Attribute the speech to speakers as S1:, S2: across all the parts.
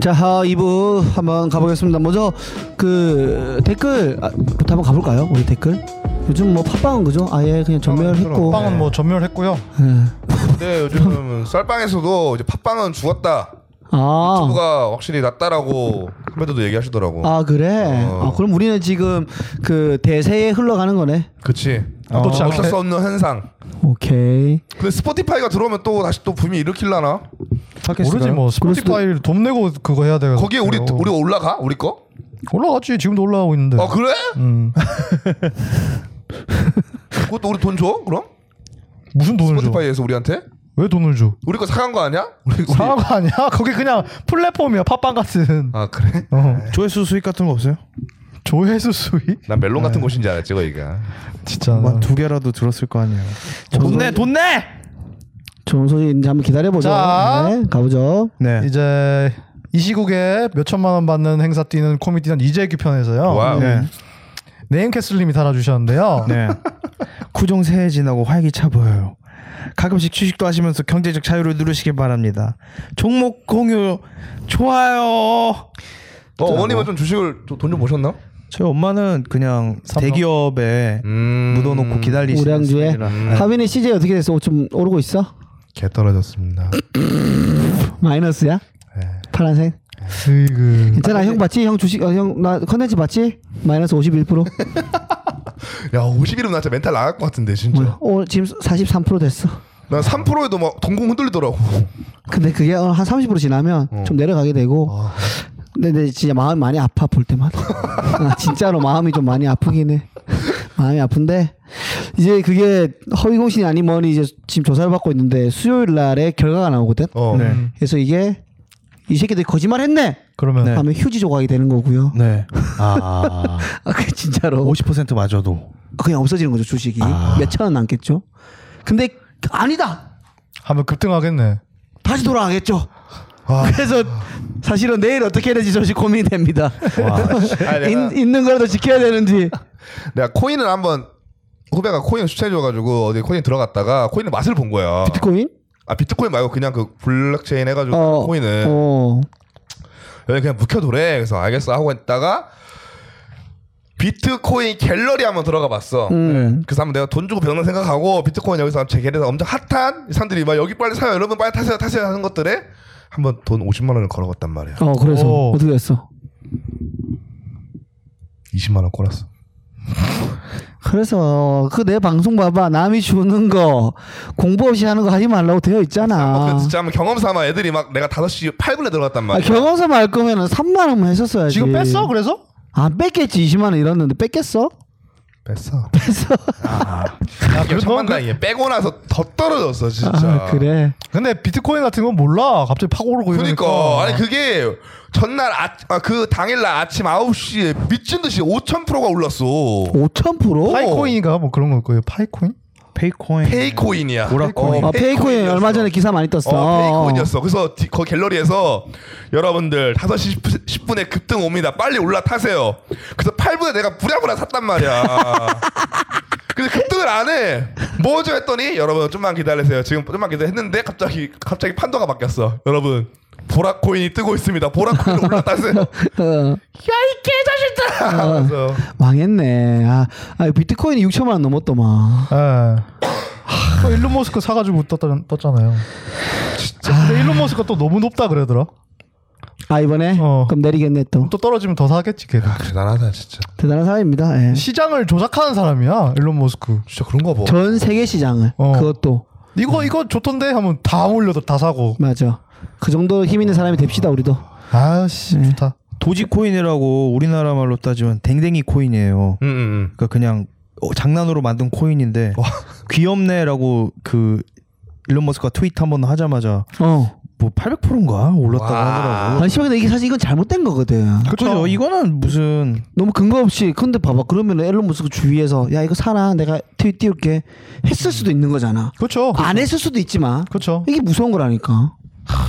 S1: 자, 2부 한번 가보겠습니다. 먼저 그 댓글 아, 부터 한번 가볼까요? 우리 댓글. 요즘 뭐 팟빵은 그죠? 아예 그냥 전멸했고. 예.
S2: 빵은 뭐 전멸했고요.
S3: 근데 네, 요즘 썰빵에서도 이제 팟빵은 죽었다.
S1: 아.
S3: 부가 확실히 낫다라고 선배들도 얘기하시더라고.
S1: 아 그래.
S3: 어.
S1: 아, 그럼 우리는 지금 그 대세에 흘러가는 거네.
S3: 그치.
S2: 아, 또 진짜
S3: 어쩔
S2: 대-
S3: 수 없는 현상.
S1: 오케이.
S3: 근데 스포티파이가 들어오면 또 다시 또 붐이 일으킬라나?
S2: 모르지 뭐 스포티파이를 돈 내고 그거 해야 돼.
S3: 거기에 우리 우리 올라가? 우리 거?
S2: 올라갔지 지금도 올라가고 있는데.
S3: 아 그래?
S2: 음.
S3: 그것도 우리 돈 줘? 그럼?
S2: 무슨 돈을 줘?
S3: 스포티파이에서 우리한테?
S2: 왜 돈을 줘?
S3: 우리 거 사간 거 아니야? 우리 우리-
S2: 사고 아니야? 거기 그냥 플랫폼이야 팟빵 같은.
S3: 아 그래?
S2: 어.
S4: 네. 조회수 수익 같은 거 없어요?
S2: 조회수 수익?
S3: 난 멜론 같은 곳인 줄 알았지 거기가.
S2: 진짜.
S4: 뭐두 개라도 들었을 거 아니에요.
S1: 저는-
S4: 돈 내.
S1: 좋은 소식 이제 한번 기다려보죠.
S2: 자.
S1: 네, 가보죠.
S4: 네.
S2: 이제 이 시국에 몇 천만 원 받는 행사 뛰는 코미디언 이재규 편에서요.
S3: 와우.
S4: 네.
S2: 네임캐슬님이 달아주셨는데요.
S4: 네. 쿠종 새해 지나고 활기차 보여요. 가끔씩 취식도 하시면서 경제적 자유를 누르시길 바랍니다. 종목 공유 좋아요.
S3: 어, 어머님은 좀 주식을 돈 좀 보셨나?
S4: 저희 엄마는 그냥
S2: 삼성?
S4: 대기업에
S3: 음.
S4: 묻어놓고 기다리시는 네.
S1: 우량주에
S4: 스타일이라.
S1: 하빈이 CJ 어떻게 됐어? 좀 오르고 있어?
S3: 개 떨어졌습니다.
S1: 마이너스야? 파란색.
S2: 으이그.
S1: 괜찮아 형 봤지? 형 주식 어, 형나 컨텐츠 봤지? 마이너스 51%.
S3: 야 50이면 나 진짜 멘탈 나갈 것 같은데 진짜.
S1: 뭐야? 오늘 어, 지금 43% 됐어.
S3: 난 3%에도 막 동공 흔들리더라고.
S1: 근데 그게 어, 한 30% 지나면 좀 내려가게 되고. 근데, 내 진짜 마음이 많이 아파 볼 때마다. 아, 진짜로 마음이 좀 많이 아프긴 해. 마음이 아픈데 이제 그게 허위 공신이 아니 뭐니 이제 지금 조사를 받고 있는데 수요일 날에 결과가 나오거든.
S3: 어.
S4: 네.
S1: 그래서 이게 이 새끼들 거짓말했네.
S2: 그러면
S4: 네.
S1: 하면 휴지 조각이 되는 거고요.
S4: 네. 아.
S1: 아, 그 진짜로
S4: 50% 맞아도.
S1: 그냥 없어지는 거죠 주식이 몇 천 원 남겠죠. 근데 아니다
S2: 하면 급등하겠네.
S1: 다시 돌아가겠죠.
S2: 아.
S1: 그래서 사실은 내일 어떻게 해야 될지 조금 고민이 됩니다.
S3: 아, 내가,
S1: 있- 있는 거라도 지켜야 되는지.
S3: 내가 코인을 한번 후배가 코인 추천해줘가지고 어디 코인 들어갔다가 코인의 맛을 본 거야.
S1: 비트코인?
S3: 아 비트코인 말고 그냥 그 블록체인 해가지고
S1: 어,
S3: 코인을
S1: 어.
S3: 여기 그냥 묵혀두래. 그래서 알겠어 하고 있다가 비트코인 갤러리 한번 들어가 봤어. 네.
S1: 음.
S3: 그래서 한번 내가 돈 주고 배우는 생각하고 비트코인 여기서 제 갤에서 엄청 핫한 사람들이 막 여기 빨리 사요 여러분 빨리 타세요 타세요 하는 것들에 한번 돈 50만 원을 걸어봤단 말이야.
S1: 어 그래서
S2: 오.
S1: 어떻게 됐어?
S3: 20만 원 걸었어.
S1: 그래서 그 내 방송 봐봐 남이 주는 거 공부 없이 하는 거 하지 말라고 되어
S3: 어,
S1: 있잖아.
S3: 근데 진짜 한번 경험 삼아 애들이 막 내가 5시 8분에 들어갔단
S1: 아,
S3: 말이야.
S1: 경험서 할 거면은 3만 원만 했었어야지.
S2: 지금 뺐어? 그래서?
S1: 안 뺐겠지 20만 원 잃었는데 뺐겠어?
S3: 뺐어.
S1: 뺐어. 아,
S3: 야,
S2: 그래도
S3: 천만
S2: 그-
S3: 다행이야. 빼고 나서 더 떨어졌어 진짜.
S1: 아, 그래.
S2: 근데 비트코인 같은 건 몰라. 갑자기 파고오르고 이러니까.
S3: 그러니까 아니 그게 전날 아, 아, 그 당일날 아침 9시에 미친 듯이 5,000%가 올랐어.
S1: 5,000%?
S2: 파이코인인가 뭐 그런 걸 거예요. 파이코인?
S4: 페이코인.
S3: 페이코인이야.
S4: 오락코인.
S1: 아, 페이코인
S3: 페이코인이었어.
S1: 얼마 전에 기사 많이 떴어.
S4: 아.
S3: 어, 페이코인이었어. 그래서 디- 거 갤러리에서 여러분들 5시 10분에 급등 옵니다. 빨리 올라타세요. 그래서 8분에 내가 부랴부랴 샀단 말이야. 근데 급등을 안 해. 뭐죠 했더니 여러분 좀만 기다리세요. 지금 좀만 기다렸는데 갑자기 갑자기 판도가 바뀌었어. 여러분 보라코인이 뜨고 있습니다. 보라코인 올라타세요.
S1: 어,
S4: 어.
S3: 그래서
S1: 망했네. 아, 아 비트코인이 6천만 원 넘었더만. 아.
S2: 예. 또 일론 머스크 사가지고 떴다, 떴잖아요. 진짜. 근데 일론 머스크가 또 너무 높다 그러더라.
S1: 아 이번에
S2: 어.
S1: 그럼 내리겠네 또.
S2: 또 떨어지면 더 사겠지 걔가.
S3: 대단하다 아, 진짜.
S1: 대단한 사람입니다. 예.
S2: 시장을 조작하는 사람이야 일론 머스크.
S3: 진짜 그런가 뭐. 봐.
S1: 전 세계 시장을
S2: 어.
S1: 그것도
S2: 이거 이거 좋던데 하면 다 올려도 다 사고.
S1: 맞아. 그 정도 힘 있는 사람이 됩시다 우리도.
S2: 아씨 좋다.
S4: 도지코인이라고 우리나라 말로 따지면 댕댕이 코인이에요.
S3: 음, 음,
S4: 그러니까 그냥 어, 장난으로 만든 코인인데 귀엽네라고 그 일론 머스크가 트윗 한 번 하자마자
S1: 어.
S4: 뭐 800%인가 올랐다고
S3: 와.
S4: 하더라고.
S1: 아니 씨발 근데 이게 사실 이건 잘못된 거거든.
S4: 그죠? 그렇죠. 이거는 무슨
S1: 너무 근거 없이 근데 봐봐 그러면 앨런 머스크 주위에서 야 이거 사라 내가 트윗 띄울게 했을 수도 있는 거잖아.
S2: 그렇죠.
S1: 안 했을 수도 있지만
S2: 그렇죠.
S1: 이게 무서운 거라니까. 하,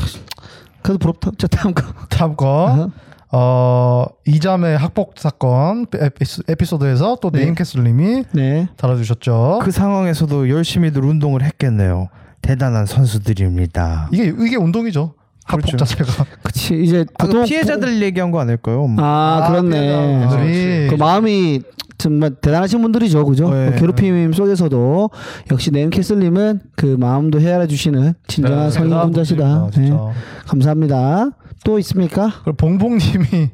S1: 그래도 부럽다. 자 다음 거.
S2: 다음 거. 어 이자매 학폭 사건 에피소- 에피소드에서 또 네임캐슬님이
S1: 네.
S2: 달아주셨죠.
S4: 그 상황에서도 열심히들 운동을 했겠네요. 대단한 선수들입니다.
S2: 이게 이게 운동이죠. 학폭
S4: 그렇죠.
S2: 자체가.
S1: 그치. 그렇지. 이제
S4: 아까
S1: 보통
S4: 피해자들 얘기한 거 아닐까요? 음, 엄마?
S1: 아, 그렇네.
S2: 피해자들이.
S1: 그 마음이 정말 대단하신 분들이죠, 그죠?
S4: 네.
S1: 그 괴롭힘 속에서도 역시 네임캐슬님은 그 마음도 헤아려 주시는 진정한 성인
S2: 대단한
S1: 군자시다.
S2: 분들이다, 네, 아, 진짜.
S1: 네. 감사합니다. 또 있습니까?
S2: 그리고 봉봉님이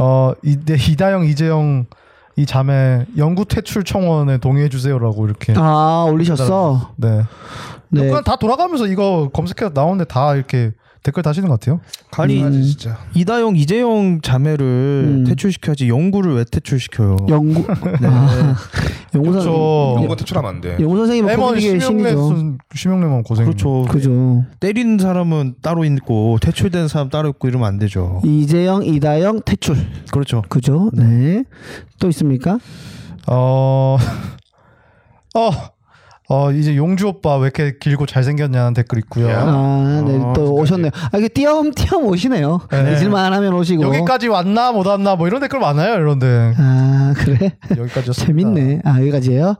S2: 어 이대 이다영 이재영 이 자매 영구 퇴출 청원에 동의해 주세요라고 이렇게
S1: 아 올리셨어.
S2: 네.
S1: 네.
S2: 그냥 다 돌아가면서 이거 검색해서 나오는데 다 이렇게 댓글 다시는 것 같아요.
S4: 아니
S3: 진짜.
S4: 이다영 이재영 자매를
S1: 음.
S4: 퇴출시켜야지 영구를 왜 퇴출시켜요?
S1: 영구
S2: 네.
S1: 아, 영구 선
S2: 그렇죠.
S3: 영구 퇴출하면 안
S4: 어,
S3: 돼.
S1: 영구 선생님은 뭐 코믹의
S2: 레몬
S1: 신이죠.
S2: 심형래만 심형래만 고생.
S4: 그렇죠.
S1: 그죠.
S4: 때리는 사람은 따로 있고 퇴출된 사람 따로 있고 이러면 안 되죠.
S2: 예.
S1: 이재영, 이다영 퇴출.
S4: 그렇죠.
S1: 그죠? 네. 또 있습니까?
S2: 어. 어. 어 이제 용주 오빠 왜 이렇게 길고 잘생겼냐는 댓글 있고요.
S3: 야.
S1: 아, 네.
S4: 어,
S1: 또 오셨네요. 아, 이게 띄엄띄엄 오시네요.
S2: 네.
S1: 잊을만 하면 오시고.
S2: 여기까지 왔나 못 왔나 뭐 이런 댓글 많아요 이런데
S1: 아, 그래?
S2: 여기까지
S1: 재밌네. 아, 여기까지예요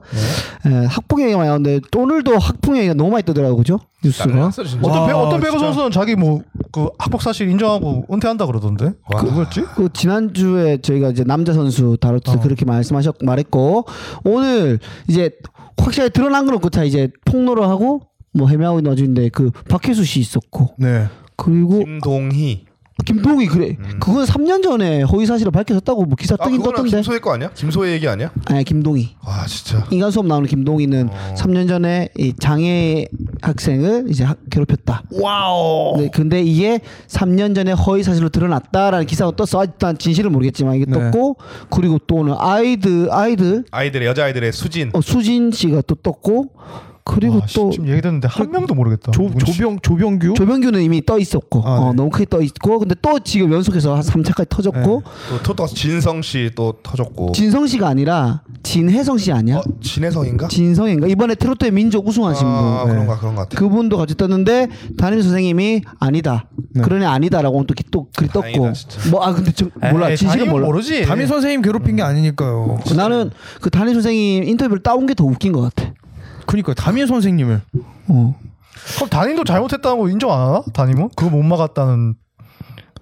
S1: 에, 학풍 얘기가 많이 나오는데, 오늘도 학풍 얘기가 너무 많이 뜨더라고요. 그죠? 뉴스가.
S3: 난리났어, 진짜.
S2: 어떤
S4: 와,
S2: 배 어떤 배구
S4: 진짜.
S2: 선수는 자기 뭐 그 학폭 사실 인정하고 은퇴한다 그러던데
S3: 와.
S2: 누구였지?
S1: 그 지난주에 저희가 이제 남자 선수 다뤘을 때 그렇게 말씀하셨 말했고 오늘 이제 확실하게 드러난 건 없고 다 이제 폭로를 하고 뭐 해명하고 있는 와중인데 그 박혜수 씨 있었고
S4: 네.
S1: 그리고
S3: 김동희. 음.
S1: 김동희 그래 그건 3년 전에 허위 사실을 밝혀졌다고 뭐 기사
S3: 아
S1: 뜨긴
S3: 그거는
S1: 떴던데
S3: 김소혜 거 아니야? 김소혜 얘기 아니야?
S1: 아니 예, 김동희
S3: 와 진짜.
S1: 인간 수업 나오는 김동희는
S3: 어.
S1: 3년 전에 이 장애 학생을 이제 학- 괴롭혔다.
S4: 와우.
S1: 네, 근데 이게 3년 전에 허위 사실로 드러났다라는 기사가 떴어. 아직도 난 진실은 모르겠지만 이게
S4: 네.
S1: 떴고 그리고 또 오늘 아이들 아이들
S3: 아이들의 여자 아이들의 수진.
S1: 어, 수진 씨가 또 떴고 그리고
S2: 와, 아, 씨,
S1: 또
S2: 지금 얘기 듣는데 한 명도 모르겠다.
S4: 조
S2: 누군지.
S4: 조병 조병규?
S1: 조병규는 이미 떠 있었고
S4: 아,
S1: 어,
S4: 네.
S1: 너무 크게 떠 있고 근데 또 지금 연속해서 한 3차까지 터졌고
S3: 또 토토 진성 씨 또 터졌고.
S1: 진성 씨가 아니라 진혜성 씨 아니야?
S3: 네. 어, 진혜성인가?
S1: 진성인가? 이번에 트로트의 민족 우승하신 분.
S3: 아
S4: 뭐, 네.
S3: 그런가 그런 것 같아.
S1: 그분도 같이 떴는데 담임 선생님이 아니다. 그러니 아니다라고 또 이렇게 또 글이 떴고.
S3: 다행이다, 진짜.
S1: 뭐 아 근데 저
S2: 에이,
S1: 몰라 진실은
S2: 당연히
S1: 몰라.
S2: 모르지.
S4: 담임 선생님 괴롭힌 게 아니니까요.
S1: 나는 그 담임 선생님 인터뷰를 따온 게 더 웃긴 것 같아.
S4: 그러니까 담임 선생님을
S1: 어.
S2: 그럼 담임도 잘못했다는 거 인정 안 하나? 담임은 그거 못 막았다는.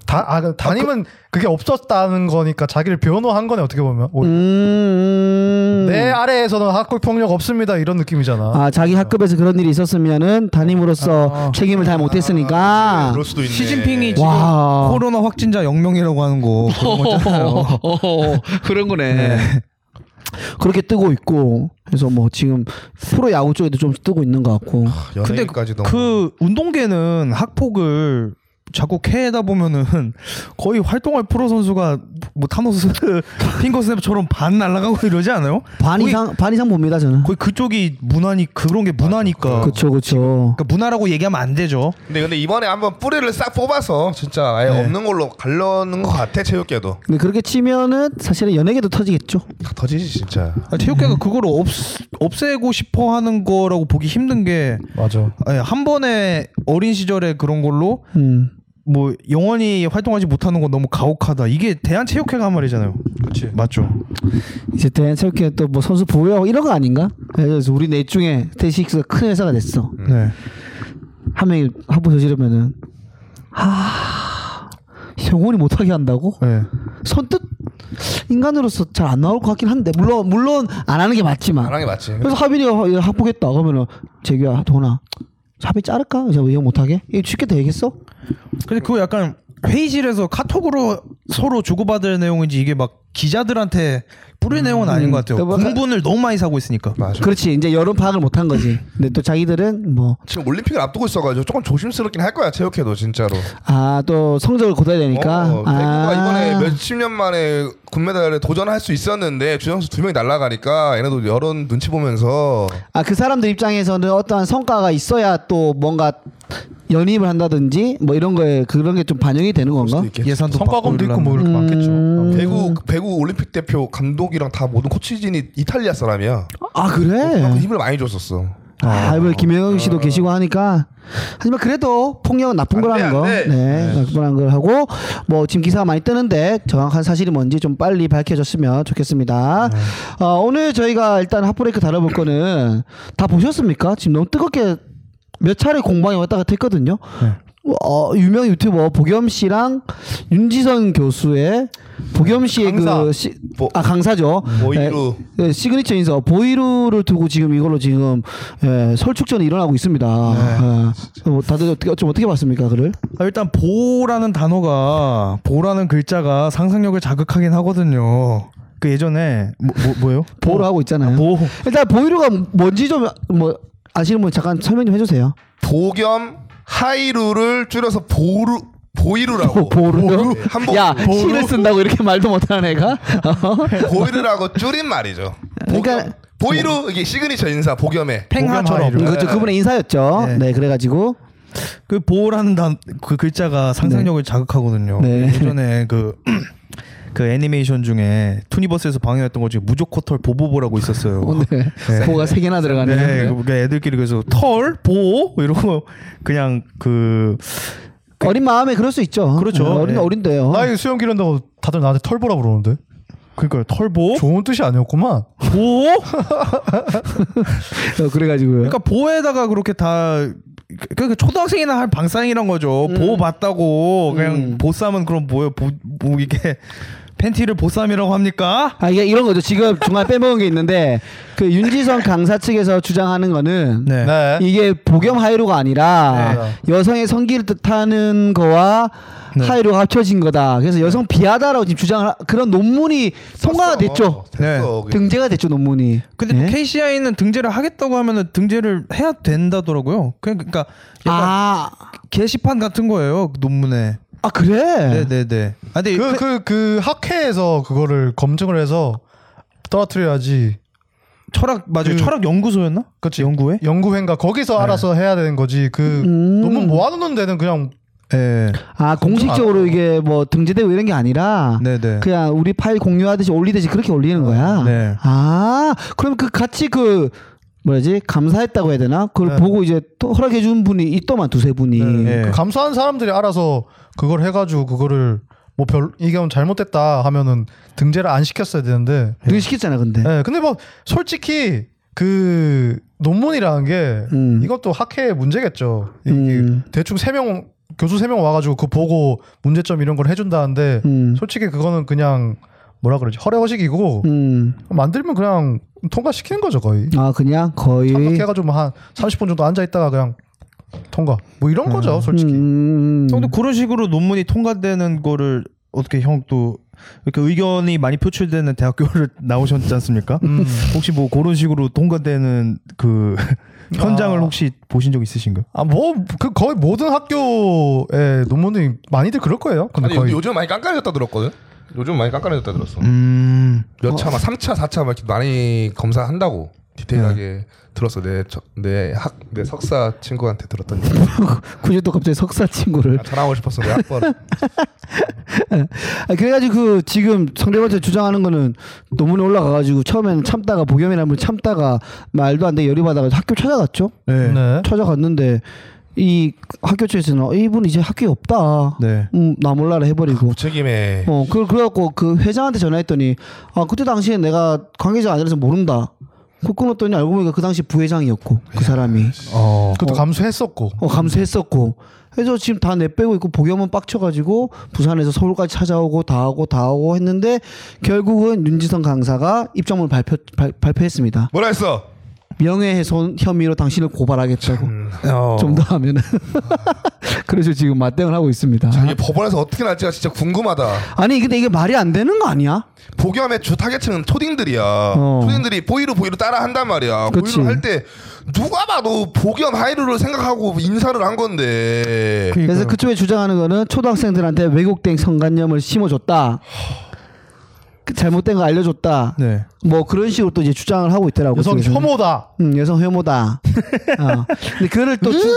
S2: 다, 아, 그 담임은 그, 게 없었다는 거니까 자기를 변호한 거네 어떻게 보면. 오-
S1: 음.
S4: 네.
S2: 내 아래에서는 학교 폭력 없습니다 이런 느낌이잖아.
S1: 아 자기 학급에서 그런 일이 있었으면은 담임으로서
S4: 아.
S1: 책임을 다 못했으니까.
S3: 그럴 수도 있네.
S4: 시진핑이 지금
S1: 와.
S4: 코로나 확진자 0명이라고 하는 거 그런 거잖아요.
S1: 어, 그런 거네. 그렇게 뜨고 있고 그래서 뭐 지금 프로 야구 쪽에도 좀 뜨고 있는 것 같고.
S4: 근데
S3: 연예인까지 너무.
S4: 그 운동계는 학폭을 자꾸 캐다 보면은 거의 활동할 프로 선수가 뭐 타노스 핑거 스냅처럼 반 날아가고 이러지 않아요?
S1: 반
S4: 거의-
S1: 이상 반 이상 봅니다 저는.
S4: 거의 그쪽이 문화니 그런 게 문화니까.
S1: 그쵸그쵸
S4: 그러니까 문화라고 얘기하면 안 되죠.
S3: 근데 근데 이번에 한번 뿌리를 싹 뽑아서 진짜
S4: 네.
S3: 아예 없는 걸로 갈려는 것 같아 체육계도.
S1: 근데 그렇게 치면은 사실은 연예계도 터지겠죠.
S3: 다 터지지 진짜.
S4: 아,
S1: 음.
S4: 체육계가 그걸 없, 없애고 싶어 하는 거라고 보기 힘든 게
S2: 맞아.
S4: 아니, 한 번에 어린 시절에 그런 걸로
S1: 음.
S4: 뭐 영원히 활동하지 못하는 건 너무 가혹하다. 이게 대한체육회가 한 말이잖아요.
S2: 그렇지.
S4: 맞죠.
S1: 이제 대한체육회 또 뭐 선수 보유하고 이런 거 아닌가? 그래서 우리 넷 중에 데이식스가 큰 회사가 됐어.
S4: 네.
S1: 한 명이 학부 저지르면은 하 영원히 못하게 한다고?
S4: 네.
S1: 선뜻 인간으로서 잘 안 나올 것 같긴 한데 물론 물론 안 하는 게 맞지만
S3: 사랑이 맞지.
S1: 그래서 하빈이가 학보겠다 그러면은 재규야 동아 합의 자를까? 이제 이거 못하게? 이거 쉽게 되겠어?
S4: 근데 그거 약간 회의실에서 카톡으로 서로 주고받을 내용인지 이게 막 기자들한테 뿌릴 내용은 아닌 것 같아요.
S1: 그러니까
S4: 공분을 너무 많이 사고 있으니까.
S3: 맞아.
S1: 그렇지 이제 여론 파악을 못한 거지 근데 또 자기들은 뭐,
S3: 지금 올림픽을 앞두고 있어가지고 조금 조심스럽긴 할 거야 체육회도 진짜로.
S1: 뭐 아 또 성적을 거둬야 되니까 아.
S3: 어, 대구가 이번에 몇십 년 만에 금메달에 도전할 수 있었는데 주전수 두 명이 날아가니까 얘네도 여론 눈치 보면서
S1: 아 그 사람들 입장에서는 어떠한 성과가 있어야 또 뭔가 연임을 한다든지 뭐 이런 거에 그런 게 좀 반영이 되는 건가?
S4: 예산도
S2: 성과금도 있고 뭐
S4: 이러려면.
S2: 이렇게 많겠죠.
S1: 음.
S2: 어.
S3: 배구 배구 올림픽 대표 감독이랑 다 모든 코치진이 이탈리아 사람이야.
S1: 아
S3: 그만큼
S1: 그래?
S3: 힘을 많이 줬었어.
S1: 아 이번 김영경 씨도 계시고 하니까 하지만 그래도 폭력은 나쁜
S3: 어. 안 돼,
S1: 거라는
S3: 안
S1: 거, 네,
S3: 돼.
S1: 나쁜 거라는 걸 하고 뭐 지금 기사가 많이 뜨는데 정확한 사실이 뭔지 좀 빨리 밝혀졌으면 좋겠습니다.
S3: 네.
S1: 어, 오늘 저희가 일단 핫브레이크 다뤄볼
S3: 네.
S1: 거는 다 보셨습니까? 지금 너무 뜨겁게 몇 차례 공방이 왔다 갔다 했거든요. 어, 유명 유튜버 보겸 씨랑 윤지선 교수의 보겸 씨의
S2: 강사.
S1: 그 시,
S3: 보- 네.
S1: 아 강사죠.
S3: 보이루.
S1: 예, 예, 시그니처 인사 보이루를 두고 지금 이걸로 지금 예, 설축전이 일어나고 있습니다. 예. 뭐 다들 어떻게 좀 어떻게 봤습니까, 그를?
S4: 아, 일단 보라는 단어가 보라는 글자가 상상력을 자극하긴 하거든요. 그 예전에 뭐, 뭐 뭐예요?
S1: 보로 하고 있잖아요.
S4: 보
S1: 일단 보이루가 뭔지 좀 뭐 아시는 분 잠깐 설명 좀 해주세요.
S3: 보겸 하이루를 줄여서 보루 어, 뭐, 보이루라고. 예,
S1: 보루.
S3: 한복
S1: 야,
S3: 보루.
S1: 시를 쓴다고 이렇게 말도 못하는 애가. 어?
S3: 보이루라고 줄인 말이죠.
S1: 그러니까-
S3: 보겸, 보이루 이게 시그니처 인사 보겸의
S4: 팽하처럼
S1: 음, 그렇죠. 그분의 인사였죠.
S4: 네.
S1: 네, 그래가지고
S4: 그 보라는 단, 그 글자가 상상력을 자극하거든요.
S1: 네.
S4: 예전에 그 그 애니메이션 중에 투니버스에서 방영했던 거 중에 무조코털 보보보라고 있었어요.
S1: 오늘 네. 보가 세 개나 들어가네요.
S4: 네, 그러니까 애들끼리 그래서 털, 보 이러고 그냥 그
S1: 어린 마음에 그럴 수 있죠.
S4: 그렇죠.
S1: 네, 어린
S4: 네.
S1: 어린데요.
S2: 나 이거 수영 기른다고 다들 나한테 털보라 그러는데
S4: 그러니까 털보,
S2: 좋은 뜻이 아니었구만.
S4: 보,
S1: 어, 그래가지고요.
S4: 그러니까 보에다가 그렇게 다 그, 그 초등학생이나 할 방상이란 거죠. 보 봤다고 그냥 보쌈은 그럼 뭐예요? 보, 뭐 이게 팬티를 보쌈이라고 합니까?
S1: 아 이게 이런 거죠. 지금 중간 빼먹은 게 있는데 그 윤지성 강사 측에서 주장하는 거는
S4: 네.
S2: 네.
S1: 이게 복염 하이루가 아니라 여성의 성기를 뜻하는 거와
S4: 네.
S1: 하이루가 합쳐진 거다. 그래서 여성 비하다라고 지금 주장을 하- 그런 논문이 통과가 됐죠.
S4: 네.
S3: 됐어. 네.
S1: 등재가 됐죠 논문이.
S4: 근데
S2: 예?
S1: 네?
S4: KCI는 등재를 하겠다고 하면은 등재를 해야 된다더라고요. 그냥 그러니까 약간
S1: 아,
S4: 게시판 같은 거예요 그 논문에.
S1: 아 그래.
S4: 네네네. 아 근데
S2: 예. 그
S4: 그,
S2: 그 그 학회에서 그거를 검증을 해서 떨어뜨려야지.
S4: 철학 맞아요.
S2: 그-
S4: 철학 연구소였나?
S2: 그치. 음.
S4: 연구회?
S2: 연구회인가 거기서
S4: 네.
S2: 알아서 해야 되는 거지. 그 논문 모아놓는 데는 그냥
S4: 예.
S1: 아 공식적으로 이게 뭐 등재되고 이런 게 아니라
S4: 네네.
S1: 그냥 우리 파일 공유하듯이 올리듯이 그렇게 올리는 거야.
S4: 네.
S1: 아, 그럼 그 같이 그 뭐지 감사했다고 해야 되나? 그걸 보고 이제 또 허락해 준 분이 있더만 두세 분이.
S4: 네.
S2: 그 감수한 사람들이 알아서 그걸 해가지고 그거를 뭐 별 이게 잘못됐다 하면은 등재를 안 시켰어야 되는데.
S1: 누그 시켰잖아, 근데.
S4: 네.
S2: 예. 근데 뭐 솔직히 그 논문이라는 게
S1: 음.
S2: 이것도 학회의 문제겠죠. 이게
S1: 음.
S2: 대충 세 명 교수 세 명 와가지고 그 보고 문제점 이런 걸 해준다는데
S1: 음.
S2: 솔직히 그거는 그냥 뭐라 그러지
S4: 뭐
S2: 허례허식이고
S1: 음.
S2: 만들면 그냥 통과시키는 거죠 거의.
S1: 아, 그냥 거의.
S2: 해가지고 뭐한 30분 정도 앉아 있다가 그냥 통과. 뭐 이런 거죠 솔직히.
S1: 아. 음.
S4: 형도 그런 식으로 논문이 통과되는 거를 어떻게 형 또 이렇게 의견이 많이 표출되는 대학교를 나오셨지 않습니까? 혹시 뭐 그런 식으로 통과되는 그 현장을 혹시 보신 적 있으신가요?
S2: 아 뭐 그 거의 모든 학교의 논문이 많이들 그럴 거예요. 근데
S3: 아니
S2: 거의
S3: 요즘 많이 깐깐해졌다 들었거든. 요즘 많이 깐깐해졌다 들었어.
S4: 음.
S1: 어.
S3: 몇 차 막 3차, 4차 막 이렇게 많이 검사한다고
S1: 네.
S3: 디테일하게 들었어. 내내학내 석사 친구한테 들었던 얘기.
S1: 네. 굳이 또 갑자기 석사 친구를.
S3: 아, 자랑하고 싶었어. 내 학벌.
S1: 아, 그래가지고 그 지금 성대모사 주장하는 거는 논문에 올라가가지고 처음에는 참다가 복염이라는 분 참다가 말도 안 돼 열이 받아가지고 학교 찾아갔죠.
S4: 네. 네.
S2: 네.
S1: 찾아갔는데 이 학교 측에서는 어, 이분 이제 학교에 없다.
S4: 네.
S1: 음, 나 몰라라 해버리고.
S3: 무책임해.
S1: 어, 그 그래갖고 그 회장한테 전화했더니 아 그때 당시에 내가 관계자 아니라서 모른다. 그 끊었더니 알고 보니까 그 당시 부회장이었고 그 사람이
S4: 어.
S2: 그것도 감수했었고.
S1: 어, 감수했었고. 그래서 지금 다 내빼고 있고 복염은 빡쳐가지고 부산에서 서울까지 찾아오고 다 하고 다 하고 했는데 결국은 윤지성 강사가 입장문을 발표 발, 발표했습니다.
S3: 뭐라 했어?
S1: 명예훼손 혐의로 당신을 고발하겠다고.
S4: 어.
S1: 좀 더 하면은 그래서 지금 맞대응을 하고 있습니다.
S3: 자, 이게 법원에서 어떻게 날지가 진짜 궁금하다.
S1: 아니 근데 이게 말이 안 되는 거 아니야?
S3: 복염의 주 타겟층은 초딩들이야.
S1: 어.
S3: 초딩들이 보이로 보이로 따라 한단 말이야.
S1: 그치.
S3: 보이로 할 때 누가 봐도 복염 하이루를 생각하고 인사를 한 건데.
S1: 그래서 그쪽에 주장하는 거는 초등학생들한테 왜곡된 성관념을 심어줬다. 그 잘못된 거 알려줬다.
S4: 네.
S1: 뭐 그런 식으로 또 이제 주장을 하고 있더라고.
S2: 여성
S1: 그쪽에서는.
S2: 혐오다.
S1: 음, 여성 혐오다. 어. 근데 그거를 또 주,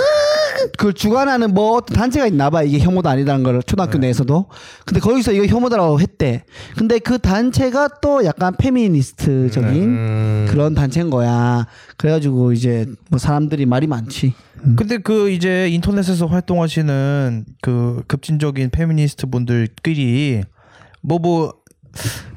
S1: 그걸 주관하는 뭐 어떤 단체가 있나 봐. 이게 혐오다 아니다는 걸 초등학교 내에서도. 근데 거기서 이거 혐오다라고 했대. 근데 그 단체가 또 약간 페미니스트적인 그런 단체인 거야. 그래가지고 이제 뭐 사람들이 말이 많지.
S4: 근데 그 이제 인터넷에서 활동하시는 그 급진적인 페미니스트 분들끼리 뭐 뭐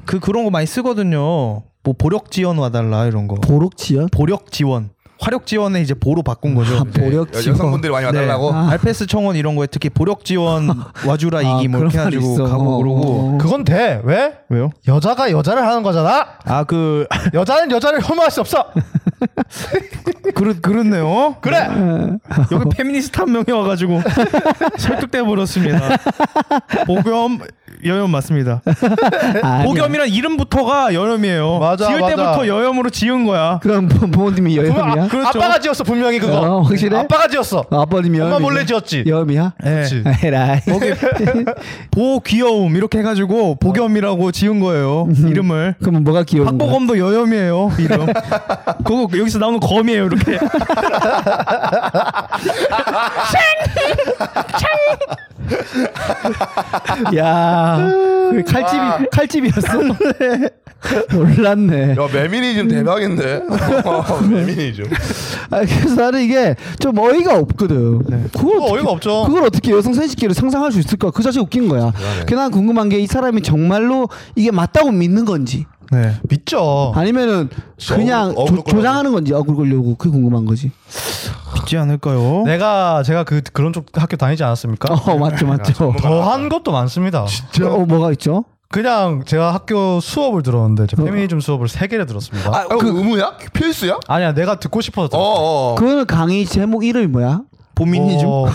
S4: 그 그런 거 많이 쓰거든요. 뭐 보력 지원 와달라 이런 거.
S1: 보록 지연?
S4: 보력 지원. 화력 지원에 이제 보로 바꾼 거죠.
S1: 아,
S4: 이제.
S1: 보력
S3: 여-
S1: 지원.
S3: 여성분들이 많이
S4: 네.
S3: 와달라고
S1: 아.
S4: 알페스 청원 이런 거에 특히 보력 지원 와주라 이기 뭐
S1: 그런
S4: 이렇게
S1: 말이
S4: 해가지고
S1: 있어.
S4: 가고 그러고
S1: 어.
S2: 그건 돼. 왜?
S4: 왜요?
S2: 여자가 여자를 하는 거잖아.
S4: 아 그
S2: 여자는 여자를 혐오할 수 없어.
S4: 그렇 그렇네요.
S2: 그래.
S4: 여기 페미니스트 한 명이 와가지고 설득돼 버렸습니다. 보겸 여염 맞습니다.
S1: 아, 아니야.
S4: 보겸이란 이름부터가 여염이에요.
S2: 네. 맞아,
S4: 지을
S2: 맞아.
S4: 때부터 여염으로 지은 거야.
S1: 그럼 뭐, 부- 부모님이
S2: 분명
S1: 여염이야? 그렇죠.
S2: 아, 아빠가 지었어 분명히 그거.
S1: 어, 확실해?
S2: 아빠가 지었어.
S1: 아버님 여염이야?
S2: 엄마 몰래 지었지.
S1: 여염이야? 네.
S4: 예.
S2: 그치.
S1: 에라이.
S4: 보 귀여움 이렇게 해가지고 보겸이라고 지은 거예요.
S2: 음.
S4: 이름을.
S1: 그럼 뭐가 귀여운 거야?
S4: 박보검도 여염이에요 이름. 그거 여기서 나오는 검이에요 이렇게.
S1: 야, 그 칼집이 칼집이었어. 몰랐네.
S3: 야 메미니즘 대박인데 어, 메미니즘
S1: 아, 그래서 나는 이게 좀 어이가 없거든. 그걸
S2: 그거 어이가 없죠.
S1: 그걸 어떻게 여성 생식기를 상상할 수 있을까? 그 자체 웃긴 거야. 그난 궁금한 게 이 사람이 정말로 이게 맞다고 믿는 건지
S4: 네.
S2: 믿죠.
S1: 아니면은
S3: 진짜
S1: 그냥
S3: 어글-
S1: 조,
S3: 어글 걸려고.
S1: 조장하는 건지 억울 걸려고 그게 궁금한 거지.
S4: 믿지 않을까요?
S2: 내가 제가 그 그런 쪽 학교 다니지 않았습니까?
S1: 어 맞죠 맞죠.
S2: 더 한 것도 많습니다.
S1: 어 뭐가 있죠?
S2: 그냥 제가 학교 수업을 들었는데 제 페미니즘 수업을 세 개를 들었습니다.
S3: 아, 그 의무야? 필수야?
S2: 아니야 내가 듣고 싶어서 들었어.
S3: 어어
S1: 그거는 강의 제목 이름이 뭐야?
S4: 보민이즘.
S2: 어.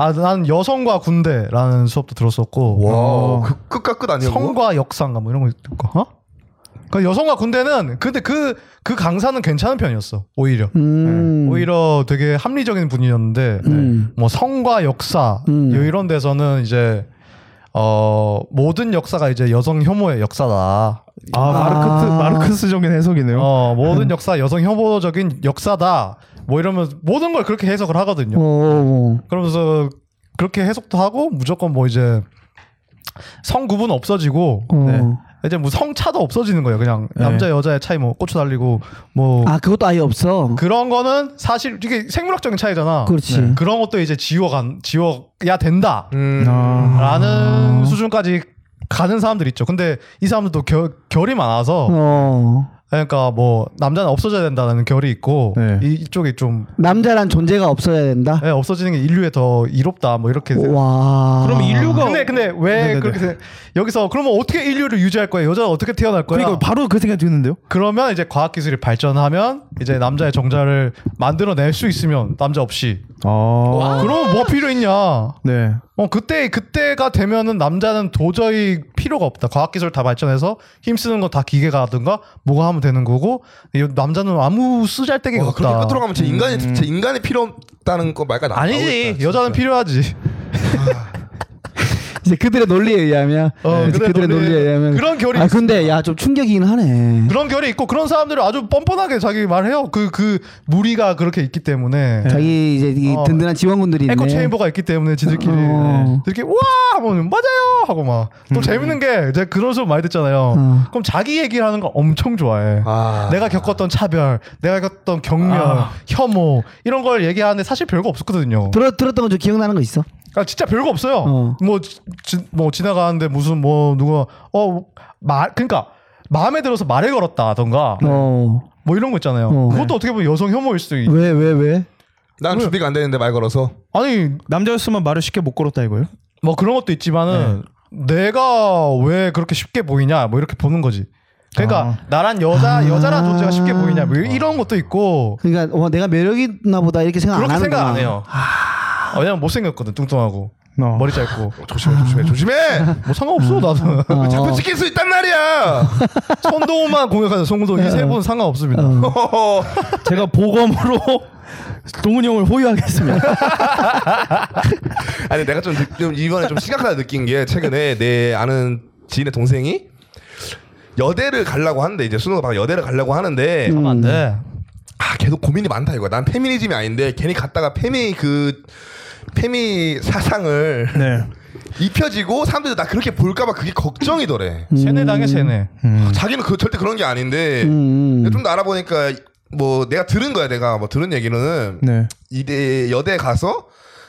S2: 아, 난 여성과 군대라는 수업도 들었었고.
S3: 와 그, 끝과 끝 아니야 그거?
S2: 성과 역사인가 뭐 이런 거 듣고. 어? 그 여성과 군대는 근데 그 그 강사는 괜찮은 편이었어. 오히려. 네.
S1: 음.
S2: 오히려 되게 합리적인 분이었는데
S1: 음.
S2: 뭐 성과 역사
S1: 음.
S2: 이런 데서는 이제 어 모든 역사가 이제 여성 혐오의 역사다.
S4: 아 마르크트
S1: 아.
S4: 마르크스적인 해석이네요.
S2: 어 모든 역사 여성 혐오적인 역사다. 뭐 이러면 모든 걸 그렇게 해석을 하거든요.
S1: 어, 어.
S2: 그러면서 그렇게 해석도 하고 무조건 뭐 이제 성 구분 없어지고
S1: 어.
S2: 네. 이제 뭐 성차도 없어지는 거예요. 그냥
S4: 네.
S2: 남자 여자의 차이 뭐 고추 달리고 뭐
S1: 아 그것도 아예 없어.
S2: 그런 거는 사실 이게 생물학적인 차이잖아. 네.
S1: 그렇지.
S2: 그런 것도 이제 지워간 지워야 된다.
S3: 음.
S4: 아.
S2: 라는 수준까지 가는 사람들 있죠. 근데 이 사람들도 결, 결이 많아서
S1: 어.
S2: 그러니까 뭐 남자는 없어져야 된다는 결이 있고
S4: 네.
S2: 이, 이쪽이 좀
S1: 남자란 존재가 없어야 된다.
S2: 예, 없어지는 게 인류에 더 이롭다 뭐 이렇게
S1: 와.
S4: 그럼 인류가
S2: 근데 근데 왜
S4: 네네네.
S2: 그렇게 생- 여기서 그러면 어떻게 인류를 유지할 거야? 여자는 어떻게 태어날 거야?
S4: 그러니까 바로 그 생각이 드는데요.
S2: 그러면 이제 과학 기술이 발전하면 이제 남자의 정자를 만들어낼 수 있으면 남자 없이
S4: 아.
S2: 그러면 뭐 필요 있냐? 어
S4: 네.
S2: 그때 그때가 되면은 남자는 도저히 필요가 없다. 과학 기술 다 발전해서 힘 쓰는 거 다 기계가든가 뭐가 하면 되는 거고 이 남자는 아무 쓰잘데기가
S3: 와,
S2: 없다. 음.
S3: 어, 그렇게 끝으로 가면 제 인간이 제 인간이 필요 없다는 거 말까 나
S2: 아니지
S3: 나오겠다,
S2: 여자는
S3: 진짜.
S2: 필요하지.
S1: 이제 그들의 논리에 의하면
S2: 어,
S1: 이제
S2: 그들의
S1: 그들의 논리에
S2: 논리에
S1: 의하면
S2: 그런 결이
S1: 아 근데 야 좀 충격이긴 하네.
S2: 그런 결이 있고 그런 사람들은 아주 뻔뻔하게 자기 말해요. 그 그 무리가 그렇게 있기 때문에
S1: 자기 이제 이
S2: 어.
S1: 든든한 지원군들이 있네.
S2: 에코 체인버가 있기 때문에 지들끼리
S1: 어.
S2: 이렇게 와 하면 맞아요 하고 막 또 재밌는 게 제가 그런 소리 많이 듣잖아요.
S1: 음. 어.
S2: 그럼 자기 얘기를 하는 걸 엄청 좋아해.
S3: 아.
S2: 내가 겪었던 차별, 내가 겪었던 경멸,
S1: 아.
S2: 혐오 이런 걸 얘기하는데 사실 별거 없었거든요.
S1: 들어 들었던 거 좀 기억나는 거 있어?
S2: 그러니까 진짜 별거 없어요.
S1: 어.
S2: 뭐, 지, 지- 뭐 지나가는데 무슨 뭐 누가 어말 그러니까 마음에 들어서 말을 걸었다던가
S1: 어.
S2: 뭐 이런 거 있잖아요.
S1: 어.
S2: 그것도 어떻게 보면 여성 혐오일 수도 있.
S1: 왜 왜 왜?
S3: 난 준비가 안 되는데 말 걸어서
S2: 아니
S4: 남자였으면 말을 쉽게 못 걸었다 이거예요.
S2: 뭐 그런 것도 있지만은 내가 왜 그렇게 쉽게 보이냐 뭐 이렇게 보는 거지. 그러니까 나란 여자
S1: 아.
S2: 여자란 존재가 쉽게 보이냐 뭐 이런 것도 있고
S1: 그러니까 와 내가 매력 있나 아, 보다 이렇게 생각 안
S2: 그렇게
S1: 하는
S2: 생각 안 해요.
S4: 아,
S2: 어, 왜냐면 못생겼거든 뚱뚱하고
S4: 어.
S2: 머리 짧고
S3: 조심해 조심해 조심해
S2: 뭐 상관없어 나는
S3: 자꾸 지킬 수 있단 말이야
S2: 손동훈만 공격하자 손동훈 이세 분 상관없습니다.
S4: 제가 보검으로 동훈이 형을 호위하겠습니다.
S3: 아니 내가 좀, 느- 좀 이번에 좀 심각하다 느낀 게 최근에 내 아는 지인의 동생이 여대를 가려고 하는데 이제 수능을 봐 여대를 가려고 하는데
S1: 음,
S2: 네.
S3: 아 계속 고민이 많다 이거야 난 페미니즘이 아닌데 괜히 갔다가 페미 그 페미 사상을
S4: 네.
S3: 입혀지고 사람들이 나 그렇게 볼까봐 그게 걱정이더래
S2: 세뇌당해 세뇌.
S4: 음.
S3: 자기는 그 절대 그런 게 아닌데
S1: 음, 음.
S3: 좀 더 알아보니까 뭐 내가 들은 거야 내가 뭐 들은 얘기는
S4: 네.
S3: 이대 여대 가서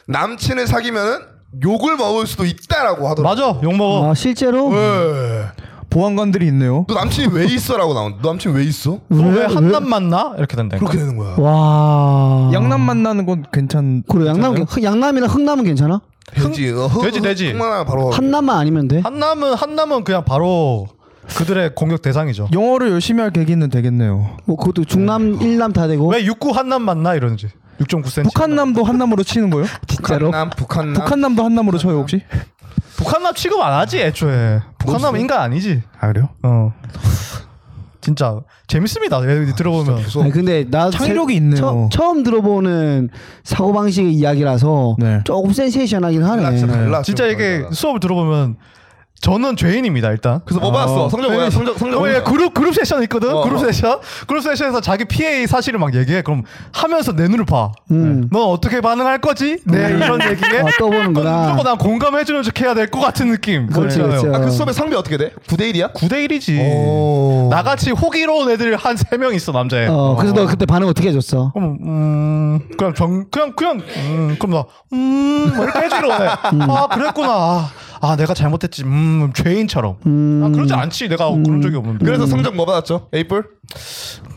S3: 남친을 사귀면은 욕을 먹을 수도 있다라고 하더라고.
S2: 맞아 욕 먹어.
S1: 아 실제로
S3: 예.
S4: 보안관들이 있네요.
S3: 너 남친이 왜 있어라고 나온. 너 남친 왜 있어?
S2: 너왜 한남 만나? 이렇게 된다니까.
S3: 그렇게 되는 거야.
S1: 와.
S4: 양남 만나는 건 괜찮.
S1: 그래 양남 흥- 양남이나 흥남은 괜찮아?
S3: 되지. 어, 흥-
S2: 되지, 되지.
S3: 흥만아 바로.
S1: 한남만 아니면 돼.
S2: 어, 네. 한남은 한남은 그냥 바로 그들의 공격 대상이죠.
S4: 영어를 열심히 할 계기는 되겠네요.
S1: 뭐 그것도 중남 일남 다 되고
S2: 네. 왜 육구 한남 만나 이러는지. 6.9cm.
S4: 북한남도 한남으로 치는 거예요?
S1: 진짜로.
S3: 북한남 북한남.
S4: 북한남도 한남으로 쳐요 혹시?
S2: 북한남 취급 안 하지 애초에. 북한남 인간 아니지.
S4: 아 그래요?
S2: 어. 진짜 재밌습니다. 얘기 들어보면.
S3: 계속
S1: 아니, 근데 나
S4: 창의력이
S1: 세-
S4: 있네요.
S1: 처, 음 들어보는 사고 방식의 이야기라서
S4: 네.
S1: 조금 센세이션하긴
S3: 달라,
S1: 하네.
S3: 진짜 달라.
S2: 진짜 이게
S3: 달라.
S2: 수업을 들어보면 저는 죄인입니다 일단.
S3: 그래서 뭐 받았어? 성적 뭐야? 성적 성적
S2: 왜
S3: 뭐야?
S2: 그룹 그룹 세션 있거든.
S3: 어,
S2: 그룹
S3: 어.
S2: 세션. 그룹 세션에서 자기 피해 사실을 막 얘기해. 그럼 하면서 내 눈을 봐.
S1: 음.
S2: 넌 어떻게 반응할 거지? 네 이런 얘기에.
S1: 아, 떠보는구나.
S2: 그럼 무조건 난 공감해주는 척 해야 될 것 같은 느낌.
S1: 그렇지,
S2: 그렇잖아요.
S1: 그렇지.
S3: 아, 그 수업의 상비 어떻게 돼? 9대 1이야?
S2: 9대 1이지.
S3: 오.
S2: 나같이 호기로운 애들이 한 세 명 어. 있어 남자애.
S1: 어, 그래서 너 그때 반응 어떻게 해줬어?
S2: 그럼 음 그냥 정 그냥 그냥 음 그럼 나음 이렇게 해주기로 해. 아 그랬구나. 아, 아, 내가 잘못했지. 음 죄인처럼. 아 그러지 않지. 내가 그런 적이 없는데.
S3: 그래서 성적 뭐 받았죠? 에이플?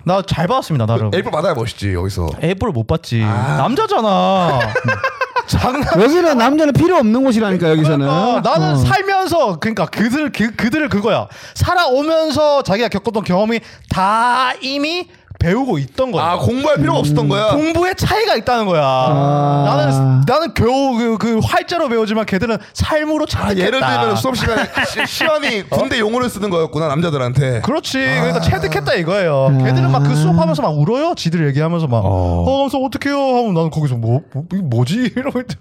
S2: 나 잘 받았습니다 나름.
S3: 에이플 받아야 멋있지 여기서.
S2: 애플을 못 봤지. 남자잖아. 아. 장난.
S1: 여기는 남자는 필요 없는 곳이라니까 여기서는.
S2: 아, 나는
S1: 어.
S2: 살면서 그러니까 그들 그, 그들을 그거야 살아오면서 자기가 겪었던 경험이 다 이미 배우고 있던 거야.
S3: 아 음, 공부할 필요가 없었던 거야.
S2: 공부의 차이가 있다는 거야. 나는 나는 겨우 그, 그 활자로 배우지만 걔들은 삶으로
S3: 아,
S2: 잘
S3: 예를 들면 수업 시간에 시- 시험이 군대 용어를 쓰는 거였구나 남자들한테.
S2: 그렇지.
S3: 아.
S2: 그러니까 체득했다 이거예요. 걔들은 막 그 수업하면서 막 울어요. 지들 얘기하면서 막 어, 그래서 어떡해요? 하면 나는 거기서 뭐, 뭐 이게 뭐지? 이러고 있대.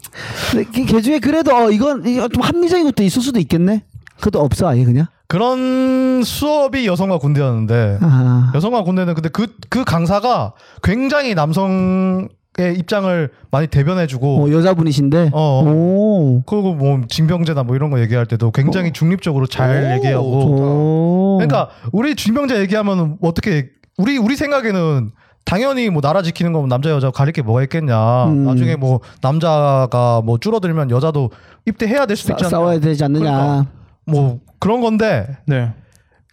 S1: 근데 그- 걔 중에 그래도 어, 이건 이거 좀 합리적인 것도 있을 수도 있겠네. 그것도 없어 아예 그냥.
S2: 그런 수업이 여성과 군대였는데
S1: 아.
S2: 여성과 군대는 근데 그 그 강사가 굉장히 남성의 입장을 많이 대변해주고
S1: 어, 여자분이신데.
S2: 어, 어.
S1: 오.
S2: 그리고 뭐 징병제나 뭐 이런 거 얘기할 때도 굉장히 중립적으로 잘
S3: 오,
S2: 얘기하고
S1: 오.
S2: 어, 그러니까 우리 징병제 얘기하면 어떻게 우리 우리 생각에는 당연히 뭐 나라 지키는 거면 남자 여자 가릴 게 뭐가 있겠냐.
S1: 음.
S2: 나중에 뭐 남자가 뭐 줄어들면 여자도 입대해야 될 수도
S1: 싸,
S2: 있잖아.
S1: 싸워야 되지 않느냐.
S2: 그러니까. 뭐 그런 건데
S4: 네.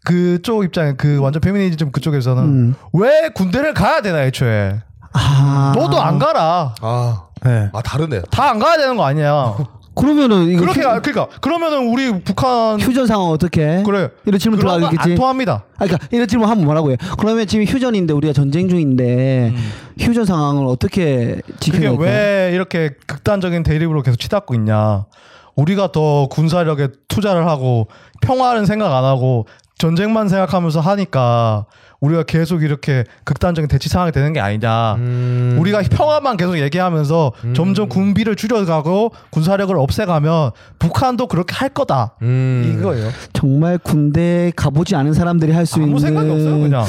S2: 그쪽 입장에 그 완전 페미니즘 그쪽에서는
S1: 음.
S2: 왜 군대를 가야 되나 애초에.
S1: 아.
S2: 너도 안 가라.
S3: 아,
S4: 네.
S3: 아 다르네.
S2: 다 안 가야 되는 거 아니야.
S1: 그러면은 이거
S2: 그렇게 가- 그러니까 그러면은 우리 북한
S1: 휴, 전 상황 어떻게?
S2: 그래.
S1: 이런 질문
S2: 그런 거
S1: 들어가겠지.
S2: 안 통합니다.
S1: 아, 그러니까 이런 질문 하면 뭐라고 해? 그러면 지금 휴전인데 우리가 전쟁 중인데 휴전 상황을 어떻게
S2: 음. 그게
S1: 지켜야 될까?
S2: 왜 이렇게 극단적인 대립으로 계속 치닫고 있냐. 우리가 더 군사력에 투자를 하고 평화는 생각 안 하고 전쟁만 생각하면서 하니까 우리가 계속 이렇게 극단적인 대치 상황이 되는 게 아니냐. 우리가 평화만 계속 얘기하면서 점점 군비를 줄여가고 군사력을 없애가면 북한도 그렇게 할 거다.
S3: 음.
S2: 이거예요.
S1: 정말 군대 가보지 않은 사람들이 할 수
S2: 아무
S1: 있는
S2: 생각이 없어요, 그냥.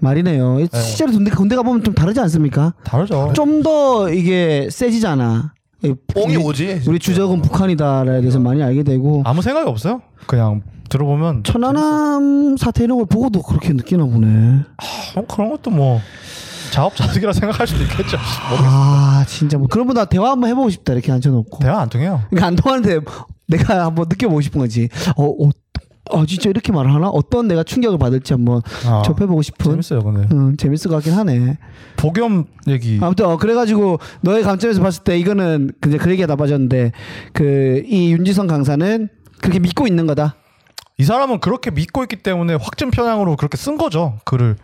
S1: 말이네요. 실제로 군대, 군대 가보면 좀 다르지 않습니까?
S2: 다르죠.
S1: 좀 더 이게 세지잖아. 이
S3: 뽕이
S1: 우리-
S3: 오지.
S1: 우리 주적은 북한이다라에 대해서 많이 알게 되고
S2: 아무 생각이 없어요. 그냥 들어보면
S1: 천안함 사태 이런 걸 보고도 그렇게 느끼나 보네.
S2: 어, 그런 것도 뭐 자업자득이라 생각할 수도 있겠죠.
S1: 아 진짜 뭐 그런 분다 대화 한번 해보고 싶다 이렇게 앉혀놓고.
S2: 대화 안 통해요.
S1: 그러니까 안 통하는데 내가 한번 느껴보고 싶은 거지. 어, 어, 아, 진짜 이렇게 말을 하나? 어떤 내가 충격을 받을지 한번
S2: 아,
S1: 접해보고 싶은.
S2: 재밌어요, 근데
S1: 음, 재밌을 것 같긴 하네.
S2: 복염 얘기.
S1: 아무튼 어, 그래가지고 너의 관점에서 봤을 때 이거는 이제 그 얘기가 다 빠졌는데 그 이 윤지성 강사는 그렇게 믿고 있는 거다.
S2: 이 사람은 그렇게 믿고 있기 때문에 확증 편향으로 그렇게 쓴 거죠. 글을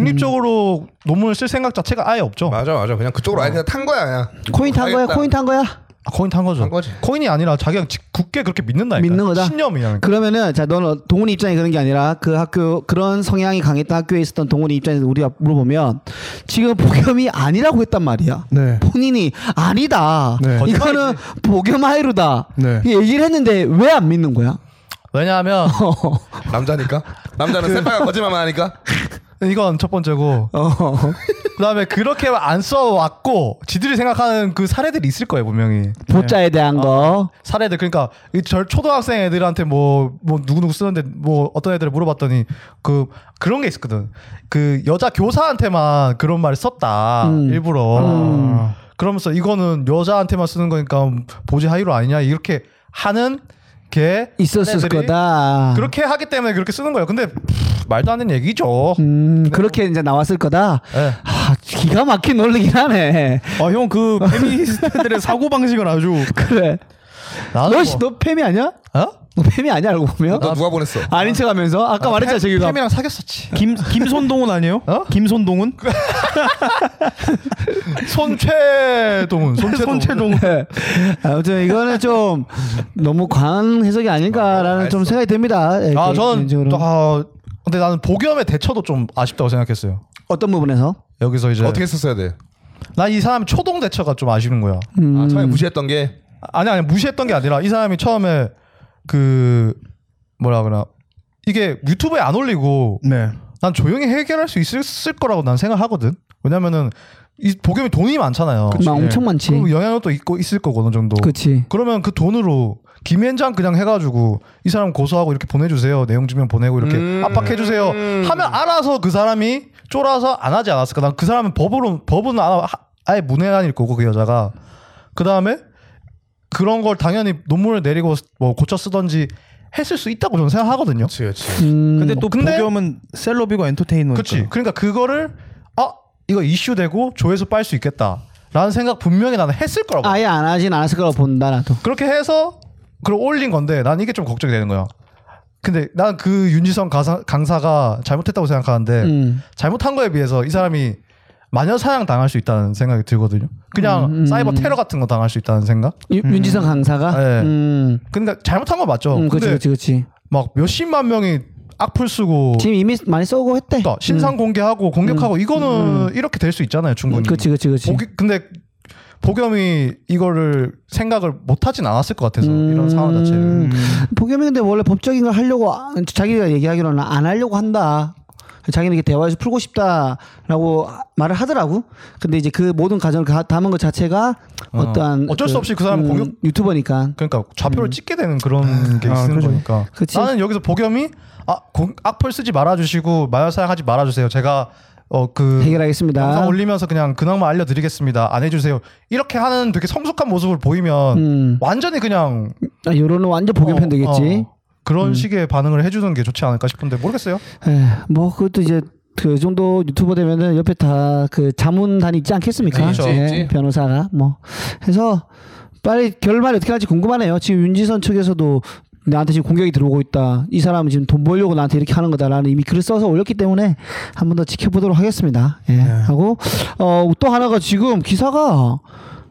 S2: 중립적으로 논문을 쓸 생각 자체가 아예 없죠.
S3: 맞아 맞아. 그냥 그쪽으로 아예 그냥 탄 거야 그냥.
S1: 코인 탄 거야,
S3: 가겠다.
S1: 코인 탄 거야.
S2: 아, 코인 탄 거죠.
S3: 탄 거지.
S2: 코인이 아니라 자기가 지- 굳게 그렇게 믿는다니까.
S1: 믿는 거다?
S2: 신념이야.
S1: 그러면은 자, 너는 동훈이 입장이 그런 게 아니라 그 학교 그런 성향이 강했던 학교에 있었던 동훈이 입장에서 우리가 물어보면 지금 복염이 아니라고 했단 말이야.
S4: 네.
S1: 본인이 아니다.
S4: 네.
S1: 이거는 복염하이루다.
S4: 네.
S1: 얘기를 했는데 왜 안 믿는 거야?
S2: 왜냐하면
S3: 남자니까. 남자는 새빨간 거짓말만 하니까.
S2: 이건 첫 번째고
S1: 어.
S2: 그다음에 그렇게 안 써왔고 지들이 생각하는 그 사례들이 있을 거예요 분명히. 네.
S1: 보자에 대한 거.
S2: 사례들 그러니까 이 절 초등학생 애들한테 뭐 뭐 누구누구 쓰는데 뭐 어떤 애들 물어봤더니 그 그런 게 있었거든 그 여자 교사한테만 그런 말을 썼다
S1: 음.
S2: 일부러 그러면서 이거는 여자한테만 쓰는 거니까 보지 하이로 아니냐 이렇게 하는 이렇게
S1: 있었을
S2: 얘네들이
S1: 거다.
S2: 그렇게 하기 때문에 그렇게 쓰는 거예요. 근데 pff, 말도 안 되는 얘기죠. 네.
S1: 음, 그렇게 이제 나왔을 거다.
S2: 예.
S1: 아, 기가 막힌 논리긴 하네.
S4: 아형 그 페미니스트들의 사고 방식은 아주
S1: 그래.
S2: 나는
S1: 너,
S2: 뭐-
S1: 씨, 너 팸이 아니야?
S2: 어?
S1: 너 팸이 아니야, 알고 보면?
S3: 너 누가 보냈어?
S1: 아닌 척 하면서? 아까 말했잖아, 저기 가.
S2: 팸이랑 사귀었었지.
S4: 김 김손동은 아니에요?
S2: 어?
S4: 김손동은?
S2: 손최동은 손최동.
S4: 손채동은.
S1: 네. 아무튼 이거는 좀 너무 과한 해석이 아닌가라는 좀 생각이 듭니다. 예,
S2: 아
S1: 개-
S2: 저는
S1: 개인적으로.
S2: 아 근데 나는 복염의 대처도 좀 아쉽다고 생각했어요.
S1: 어떤 부분에서?
S2: 여기서 이제
S3: 어떻게 했었어야 돼?
S2: 난 이 사람 초동 대처가 좀 아쉬운 거야.
S3: 아, 처음에 무시했던 게
S2: 아니 아니 무시했던 게 아니라 이 사람이 처음에 그 뭐라 그러나 이게 유튜브에 안 올리고
S4: 네.
S2: 난 조용히 해결할 수 있을 거라고 난 생각하거든. 왜냐면은 이 복염이 돈이 많잖아요.
S1: 막 엄청 많지.
S2: 어, 예. 그럼 영향력도 있고 있을 거고 어느 정도.
S1: 그치.
S2: 그러면 그 돈으로 김현장 그냥 해가지고 이 사람 고소하고 이렇게 보내주세요 내용 증명 보내고 이렇게 압박해주세요 하면 알아서 그 사람이 쫄아서 안 하지 않았을까 난 그 사람은 법으로 법은 안 하- 아예 문외한일 거고 그 여자가 그 다음에 그런 걸 당연히 논문을 내리고 뭐 고쳐 쓰던지 했을 수 있다고 저는 생각하거든요
S3: 그치 그치
S1: 음,
S4: 근데 또
S2: 근데-
S4: 복염은 셀럽이고 엔터테이너.
S2: 그치 그러니까 그거를 아 이거 이슈되고 조회수 빨 수 있겠다라는 생각 분명히 나는 했을 거라고
S1: 아예 안 하진 않았을 거라고 본다, 나도.
S2: 그렇게 해서 그걸 올린 건데 난 이게 좀 걱정이 되는 거야. 근데 난 그 윤지성 가사, 강사가 잘못했다고 생각하는데
S1: 음.
S2: 잘못한 거에 비해서 이 사람이 마녀 사냥 당할 수 있다는 생각이 들거든요. 그냥
S1: 음,
S2: 사이버 테러 같은 거 당할 수 있다는 생각.
S1: 유- 윤지성 강사가?
S2: 네.
S1: 음.
S2: 그러니까 잘못한 건 맞죠.
S1: 음, 그치,
S2: 근데 뭐
S1: 그치, 그치.
S2: 막 몇십만 명이 악플 쓰고
S1: 지금 음. 이미 많이 쏘고 했대.
S2: 그러니까 신상 공개하고 공격하고 이거는 이렇게 될 수 있잖아요. 충분히.
S1: 음, 그치, 그치, 그치.
S2: 보기- 근데 보겸이 이거를 생각을 못 하진 않았을 것 같아서
S1: 음.
S2: 이런 상황 자체를.
S1: 복염이 근데 원래 법적인 걸 하려고 아- 자기가 얘기하기로는 안 하려고 한다. 자기는 이렇게 대화에서 풀고 싶다라고 하- 말을 하더라고. 근데 이제 그 모든 과정을 가- 담은 것 자체가 어, 떠한
S2: 어쩔 수 없이
S1: 음.
S2: 그 사람은 공격-
S1: 유튜버니까.
S2: 그러니까 좌표를 찍게 되는 그런 게 있는 거니까.
S1: 음. 아, 그치.
S2: 나는 여기서 복염이 아 공, 악플 쓰지 말아주시고 마녀 사양하지 말아주세요. 제가 어 그
S1: 해결하겠습니다.
S2: 영상 올리면서 그냥 근황만 알려드리겠습니다. 안 해주세요. 이렇게 하는 되게 성숙한 모습을 보이면
S1: 음.
S2: 완전히 그냥
S1: 아, 요런은 완전 복염 편
S2: 어,
S1: 되겠지. 음.
S2: 어, 그런 식의 반응을 해주는 게 좋지 않을까 싶은데 모르겠어요.
S1: 에, 뭐 그것도 이제 그 정도 유튜버 되면은 옆에 다 그 자문단이 있지 않겠습니까?
S3: 네, 있지,
S1: 예,
S3: 있지.
S1: 변호사가 뭐 해서 빨리 결말이 어떻게 할지 궁금하네요. 지금 윤지선 측에서도 나한테 지금 공격이 들어오고 있다. 이 사람은 지금 돈 벌려고 나한테 이렇게 하는 거다라는 이미 글을 써서 올렸기 때문에 한 번 더 지켜보도록 하겠습니다.
S3: 네.
S1: 예. 하고 어, 또 하나가 지금 기사가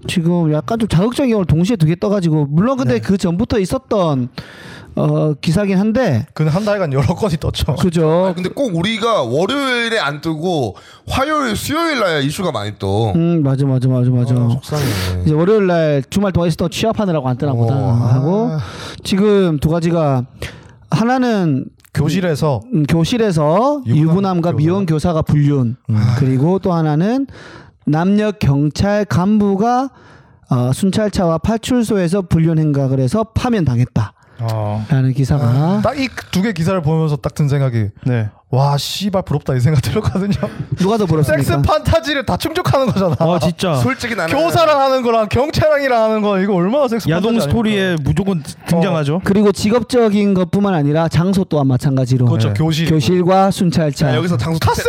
S1: 지금 약간 좀 자극적인 경우를 동시에 두 개 떠가지고 물론
S3: 네.
S1: 근데 그 전부터 있었던 어, 기사긴 한데
S2: 근 한 달간 여러 건이 떴죠.
S1: 그죠?
S3: 아, 근데 꼭 우리가 월요일에 안 뜨고 화요일 수요일 날 이슈가 많이
S2: 어.
S3: 떠
S1: 음 맞아 맞아 맞아 맞아.
S3: 속상해
S1: 이제 월요일 날 주말 동안 있었던 취업하느라고 안 뜨나 보다
S3: 어, 아.
S1: 하고 지금 두 가지가 하나는
S2: 교실에서
S1: 음, 교실에서
S2: 유부남
S1: 유부남과
S2: 교사. 음.
S1: 미혼 교사가 불륜 그리고 또 하나는 남녀 경찰 간부가 어, 순찰차와 파출소에서 불륜 행각을 해서 파면 당했다라는
S4: 아.
S1: 기사가
S2: 딱 이 두 개 기사를 보면서 딱 든 생각이
S4: 네.
S2: 와 씨발 부럽다 이 생각 들었거든요.
S1: 누가 더
S2: 섹스
S1: 부럽습니까?
S2: 판타지를 다 충족하는 거잖아.
S4: 아 진짜.
S3: 솔직히 나는
S2: 교사랑 하는 거랑 경찰랑이랑 하는 거 이거 얼마나 섹스
S4: 야동
S2: 판타지 아닙니까? 네.
S4: 스토리에 무조건 등장하죠.
S1: 그리고 직업적인 것뿐만 아니라 장소 또한 마찬가지로 네.
S2: 그렇죠 교실
S1: 교실과 순찰차
S3: 야, 여기서 장소 카세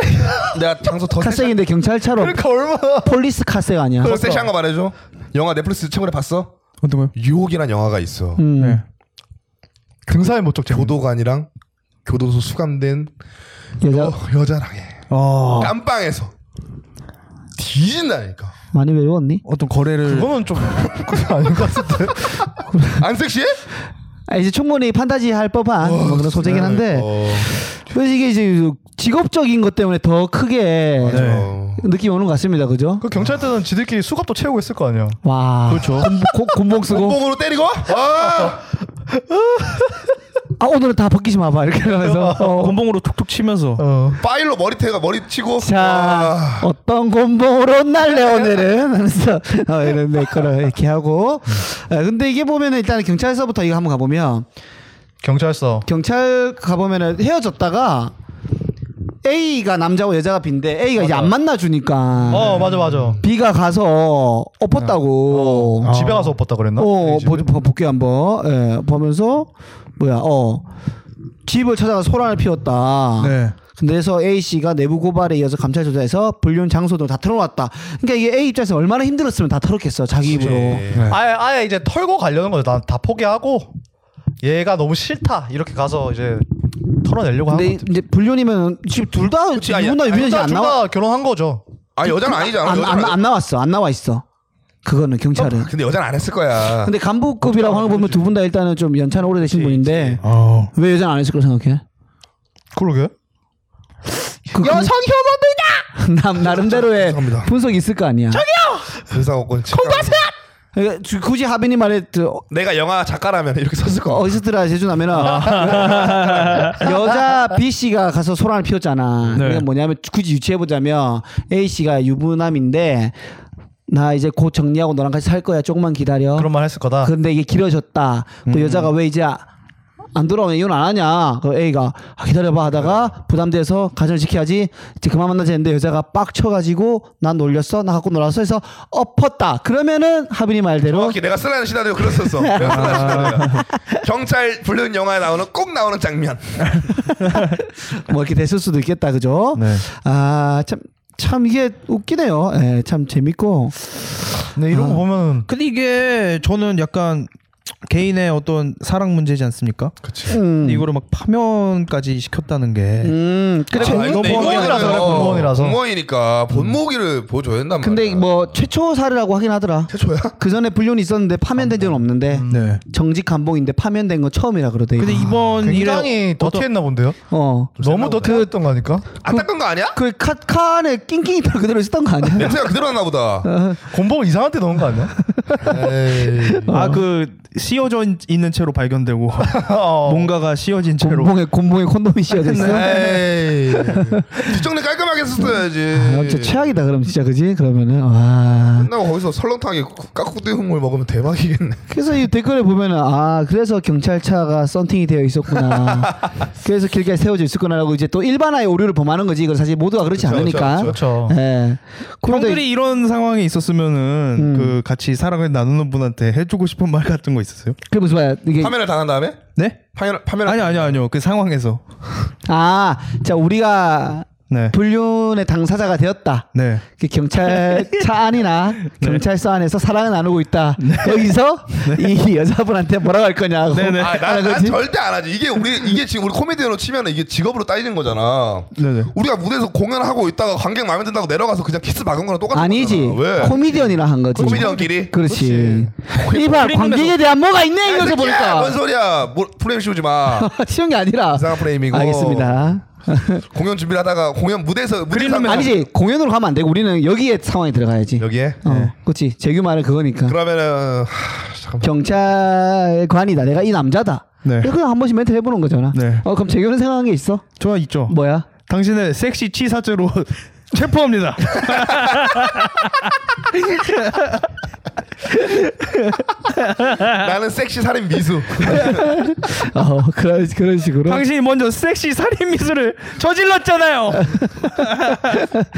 S3: 내가 장소 더 세시-
S1: 카생인데 경찰차로
S2: 뭐 그러니까 얼마나
S1: 폴리스 카세가 아니야.
S3: 더 세시한 거 말해줘 영화 넷플릭스 최근에 봤어?
S4: 어떤 거요?
S3: 유혹이란 영화가 있어
S1: 음.
S4: 네.
S2: 등산의 목적 제도
S3: 교도관이랑 교도소 수감된
S1: 여자
S3: 여, 여자랑 해
S1: 어.
S4: 아.
S3: 깜빵에서 뒤진다니까
S1: 많이 외웠니?
S4: 어떤 거래를
S2: 그거는 좀 그건 아닌 것 같은데
S3: 안 섹시해?
S1: 아, 이제 충분히 판타지 할 법한 뭐 그런 소재긴 한데
S3: 어,
S1: 그래서 이게 이제 직업적인 것 때문에 더 크게
S3: 어.
S1: 느낌이 오는 것 같습니다. 아, 네. 그죠?
S2: 네. 그 경찰 때는 지들끼리 수갑도 채우고 있을 거 아니야
S1: 와. 그렇죠. 곤봉 쓰고
S3: 뽕으로 때리고 아!
S1: 아 오늘은 다 벗기지 마봐 이렇게 하면서 어.
S4: 곤봉으로 툭툭 치면서
S2: 어.
S3: 파일로 머리태가 머리 치고
S1: 자
S3: 아.
S1: 어떤 곤봉으로 날래 오늘은 하면서 어, 이런 내 거를 이렇게 하고 아, 근데 이게 보면 은 일단 경찰서부터 이거 한번 가보면
S2: 경찰서
S1: 경찰 가보면은 헤어졌다가 A가 남자고 여자가 B인데 A가 이제 안 만나주니까
S2: 어 맞아 맞아.
S1: B가 가서 엎었다고
S4: 어.
S2: 집에 가서 엎었다 그랬나?
S1: 어,
S2: 이 집에?
S1: 보, 보, 볼게 한번. 예, 보면서 뭐야, 어. 집을 찾아가 소란을 피웠다.
S4: 네.
S1: 그래서 A 씨가 내부 고발에 이어서 감찰 조사해서 불륜 장소 등다 털어놨다. 그러니까 이게 A 입장에서 얼마나 힘들었으면 다 털었겠어 자기 입으로.
S2: 아예 아예 이제 털고 가려는 거죠. 난 다 포기하고 얘가 너무 싫다 이렇게 가서 이제 털어내려고 하는
S1: 근데
S2: 거
S1: 이- 이제 불륜이면 지금 둘다
S3: 그치, 아니,
S1: 누구나
S3: 아니,
S1: 유빈 씨안 나와.
S2: 둘다 결혼한 거죠.
S3: 아 여자는 아니잖아.
S1: 안,
S3: 여자는
S1: 안, 안 나왔어. 안 나와 있어. 그거는 경찰은.
S3: 아니- 근데 여자는 안 했을 거야.
S1: 근데 간부급이라고 하는 거 보면 두 분 다 일단은 좀 연차는 오래되신 분인데
S4: 어.
S1: 왜 여자는 안 했을 거라 생각해?
S2: 그러게.
S1: 그, 여성 혐오들이다. 남 나름대로의
S3: 죄송합니다.
S1: 분석이 있을 거 아니야.
S3: 의사고건 공과세.
S1: 그러니까 주- 굳이 하빈이 말에 드- 어-
S3: 내가 영화 작가라면 이렇게 썼을 거.
S1: 어디서더라 제주남에나 여자 B 씨가 가서 소란을 피웠잖아.
S4: 네.
S1: 그게 뭐냐면 굳이 유추해 보자면 A 씨가 유부남인데 나 이제 곧 정리하고 너랑 같이 살 거야. 조금만 기다려.
S2: 그런 말 했을 거다.
S1: 근데 이게 길어졌다. 그 여자가 왜 이제 아- 안 돌아오냐 이혼 안 하냐. 그 A가 아, 기다려봐 하다가 부담돼서 가정을 지켜야지. 이제 그만 만나자 했는데 여자가 빡쳐가지고 난 놀렸어. 나 갖고 놀았어. 해서 엎었다. 그러면은 하빈이 말대로
S3: 정확히 내가 쓰라는 시나리오 그랬었어. 내가 쓰라는 시나리오. 경찰 불륜 영화에 나오는 꼭 나오는 장면.
S1: 뭐 이렇게 됐을 수도 있겠다. 그죠?
S4: 네.
S1: 아, 참, 참 이게 웃기네요. 예, 참 재밌고.
S2: 근데 이런 거 보면
S4: 근데 이게 저는 약간 개인의 어떤 사랑 문제지 않습니까?
S1: 음.
S4: 근데 이거를 막 파면까지 시켰다는 게
S1: 음, 그래.
S2: 아, 이거
S3: 근데
S2: 공무원이라서 그래,
S3: 이거는 어,
S2: 공무원이라서.
S3: 공무원이니까 본모기를 보여줘야 된단 말이야.
S1: 근데 뭐 최초 사례라고 하긴 하더라.
S3: 아, 최초야?
S1: 그 전에 불륜이 있었는데 파면된 적은 없는데
S4: 네.
S1: 정직 감봉인데 파면된 건 처음이라 그러대요. 아.
S4: 근데 이번 일에
S2: 아, 굉장히 더티했나 본데요.
S1: 어.
S2: 너무 더티했던 거 아닐까?
S3: 안 닦은 거 아니야?
S1: 그 카, 카 안에 낑낑이 털 그대로 있었던 거 아니야?
S3: 냄새가 그대로 났나 보다.
S2: 곰봉 이상한 데 넣은 거 아니야?
S4: 아그 씌어져 있는 채로 발견되고
S2: 어. 음.
S4: 뭔가가 씌어진 채로
S1: 곰봉에 곰봉에
S3: 아,
S1: 콘돔이 씌어져 있어.
S3: 네. 에이. 뒷정리 깔끔하게 썼어야지.
S1: 아, 진짜 최악이다 그럼 진짜 그지? 그러면은 와.
S3: 끝나고 거기서 설렁탕에 까꿍대 국물 먹으면 대박이겠네.
S1: 그래서 이 댓글에 보면은 아 그래서 경찰차가 썬팅이 되어 있었구나. 그래서 길게 세워져 있었구나라고 이제 또 일반화의 오류를 범하는 거지. 이건 사실 모두가 그렇지
S3: 그쵸,
S1: 않으니까.
S2: 그렇죠.
S1: 예. 그런데
S4: 형들이 이런 상황에 있었으면은
S2: 음.
S4: 그 같이 사랑을 나누는 분한테 해주고 싶은 말 같은 거 있었어요?
S1: 그 무슨 말이야 이게
S3: 파면을 당한 다음에?
S4: 네?
S3: 파면, 파면을.
S4: 아니 아니 아니요 그 상황에서
S1: 아, 자 우리가
S4: 네.
S1: 불륜의 당사자가 되었다.
S4: 네.
S1: 그 경찰차 안이나 경찰서 안에서 사랑을 나누고 있다. 여기서 이 여자분한테 뭐라고 할 거냐고.
S4: 네네.
S3: 아, 난,
S1: 하는
S3: 난
S1: 거지?
S3: 절대 안 하지. 이게 우리 이게 지금 우리 코미디언으로 치면 이게 직업으로 따지는 거잖아.
S4: 네네.
S3: 우리가 무대에서 공연하고 있다가 관객 마음에 든다고 내려가서 그냥 키스 막은 거랑 똑같은
S1: 아니지.
S3: 거잖아. 왜?
S1: 코미디언이라 한 거지.
S3: 코미디언끼리?
S1: 그렇지. 이봐 관객에 대한 뭐가 있네 이거
S3: 새끼야,
S1: 보니까.
S3: 뭔 소리야? 뭐, 프레임 씌우지 마.
S1: 치운 게 아니라.
S3: 이상한 프레임이고.
S1: 알겠습니다.
S3: 공연 준비를 하다가 공연 무대에서 무대 상황-
S1: 아니지 공연으로 가면 안 되고 우리는 여기에 상황에 들어가야지.
S3: 여기에. 네.
S1: 어, 그렇지. 재규 말은 그거니까.
S3: 그러면은 하, 잠깐만.
S1: 경찰관이다. 내가 이 남자다.
S4: 네.
S1: 그냥 한 번씩 멘트 해보는 거잖아.
S4: 네.
S1: 어, 그럼 재규는 생각한 게 있어?
S4: 저 있죠.
S1: 뭐야?
S4: 당신을 섹시 치사죄로 체포합니다.
S3: 나는 섹시 살인 미수.
S1: 어, 그런 그런 식으로.
S4: 당신이 먼저 섹시 살인 미수를 저질렀잖아요.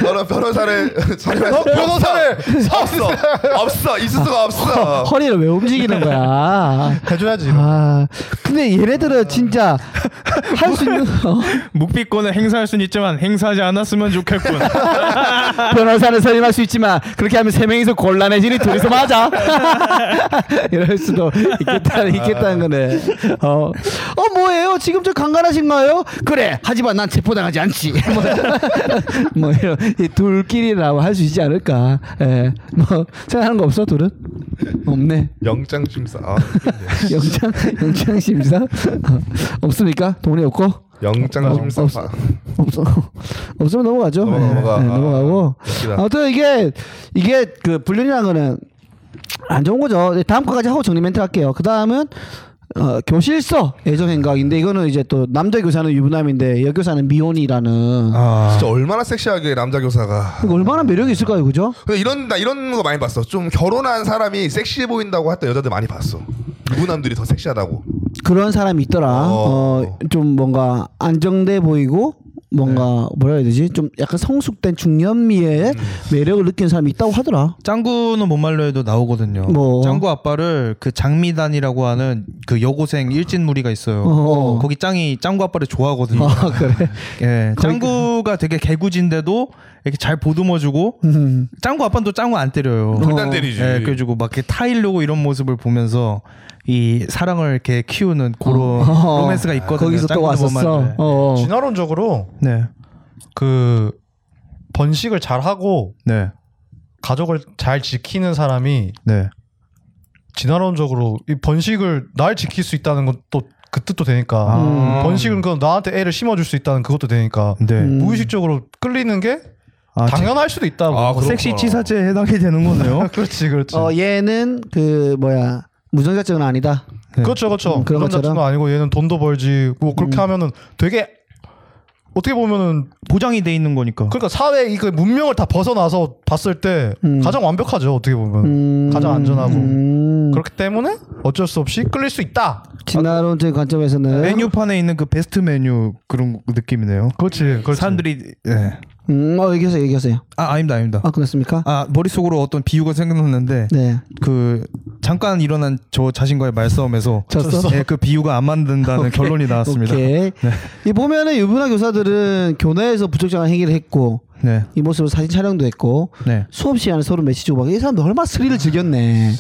S3: 너는 변호사를 살인할 수
S2: 변호사를
S3: 없어. 없어. 있을 수가 없어.
S1: 허리를 왜 움직이는 거야?
S2: 해줘야지. 이런 거.
S1: 아, 근데 얘네들은 진짜 할 수 있는 어,
S4: 묵비권을 행사할 수는 있지만 행사하지 않았으면 좋겠군.
S1: 변호사는 선임할 수 있지만 그렇게 하면 세 명이서 곤란해지니 둘이서 맞아. 이럴 수도 있겠다, 있겠다는 거네. 어, 어 뭐예요? 지금 저 강간하신가요? 그래. 하지만 난 체포당하지 않지. 뭐, 뭐 이런 이 둘끼리라고 할 수 있지 않을까. 예. 뭐 생각하는 거 없어 둘은? 없네.
S3: 영장 심사. 아,
S1: 영장 영장 심사 어, 없습니까? 동네 없고
S3: 영장
S1: 어,
S3: 아, 심사.
S1: 없어. 없어 없으면 넘어가죠.
S3: 넘어가,
S1: 예,
S3: 넘어가.
S1: 예,
S3: 아,
S1: 넘어가고
S3: 웃기다.
S1: 아무튼 이게 이게 그 불륜이라는 거는 안 좋은 거죠. 네, 다음 거까지 하고 정리 멘트 할게요. 그 다음은 어, 교실서 애정 행각인데 이거는 이제 또 남자 교사는 유부남인데 여교사는 미혼이라는
S3: 아. 진짜 얼마나 섹시하게 남자 교사가.
S1: 이거 얼마나 매력이 있을까요, 그죠?
S3: 근데 이런 나 이런 거 많이 봤어. 좀 결혼한 사람이 섹시해 보인다고 했던 여자들 많이 봤어. 유부남들이 더 섹시하다고.
S1: 그런 사람이 있더라.
S3: 어.
S1: 어, 좀 뭔가 안정돼 보이고
S4: 네.
S1: 뭔가 뭐라 해야 되지? 좀 약간 성숙된
S4: 음.
S1: 중년미의 매력을 느끼는 사람이 있다고 하더라.
S4: 짱구는 못말로 해도 나오거든요.
S1: 뭐.
S4: 짱구 아빠를 그 장미단이라고 하는 그 여고생 일진 무리가 있어요.
S1: 어.
S4: 거기 짱이 짱구 아빠를 좋아하거든요.
S1: 아 그래.
S4: 예, 짱구가 되게 개구진데도 이렇게 잘 보듬어주고
S1: 음.
S4: 짱구 아빠는 또 짱구 안
S1: 어.
S4: 때려요.
S3: 절단 때리지.
S1: 네,
S4: 예, 그래가지고 막 이렇게 타일려고 이런 모습을 보면서 이 사랑을 이렇게 키우는 그런
S1: 어.
S4: 로맨스가 있거든요.
S1: 거기서 또
S4: 짱구도
S1: 왔었어.
S4: 못말로.
S1: 어.
S2: 진화론적으로
S4: 네,
S2: 그 번식을 잘 하고
S4: 네,
S2: 가족을 잘 지키는 사람이
S4: 네.
S2: 진화론적으로 이 번식을 날 지킬 수 있다는 건 또 그 뜻도 되니까
S4: 아.
S2: 번식은 그 나한테 애를 심어줄 수 있다는 그것도 되니까
S4: 네.
S1: 음.
S2: 무의식적으로 끌리는 게
S4: 아,
S2: 당연할 수도 있다고 아,
S3: 아,
S4: 제- 섹시
S3: 그렇구나.
S4: 치사죄에 해당이 되는 거네요.
S2: 그렇지 그렇지
S1: 어 얘는 그 뭐야 무정자증은 아니다.
S4: 네.
S2: 그렇죠 그렇죠
S1: 음, 그런
S2: 그런
S1: 것처럼. 음.
S2: 자체는 아니고 얘는 돈도 벌지 뭐 그렇게 하면은 되게 어떻게 보면은
S4: 보장이 돼 있는 거니까.
S2: 그러니까 사회 이그 문명을 다 벗어나서 봤을 때
S1: 음.
S2: 가장 완벽하죠 어떻게 보면
S1: 음.
S2: 가장 안전하고
S1: 음.
S2: 그렇기 때문에 어쩔 수 없이 끌릴 수 있다
S1: 어. 진화론적인 관점에서는
S4: 메뉴판에 있는 그 베스트 메뉴 그런 느낌이네요.
S2: 그렇지 그렇지
S4: 사람들이 예.
S1: 음, 어 얘기하세요, 얘기하세요.
S4: 아 아닙니다 아닙니다.
S1: 아 그렇습니까?
S4: 아 머릿속으로 어떤 비유가 생각났는데
S1: 네.
S4: 그 잠깐 일어난 저 자신과의 말싸움에서
S1: 졌어?
S4: 예, 그 비유가 안 맞는다는 결론이 나왔습니다. 네.
S1: 오케이. 이 보면은 유부남 교사들은 교내에서 부적절한 행위를 했고
S4: 네.
S1: 이 모습으로 사진 촬영도 했고
S4: 네.
S1: 수업 시간에 서로 메시지 주고 막 이 사람도 얼마나 스릴을 즐겼네.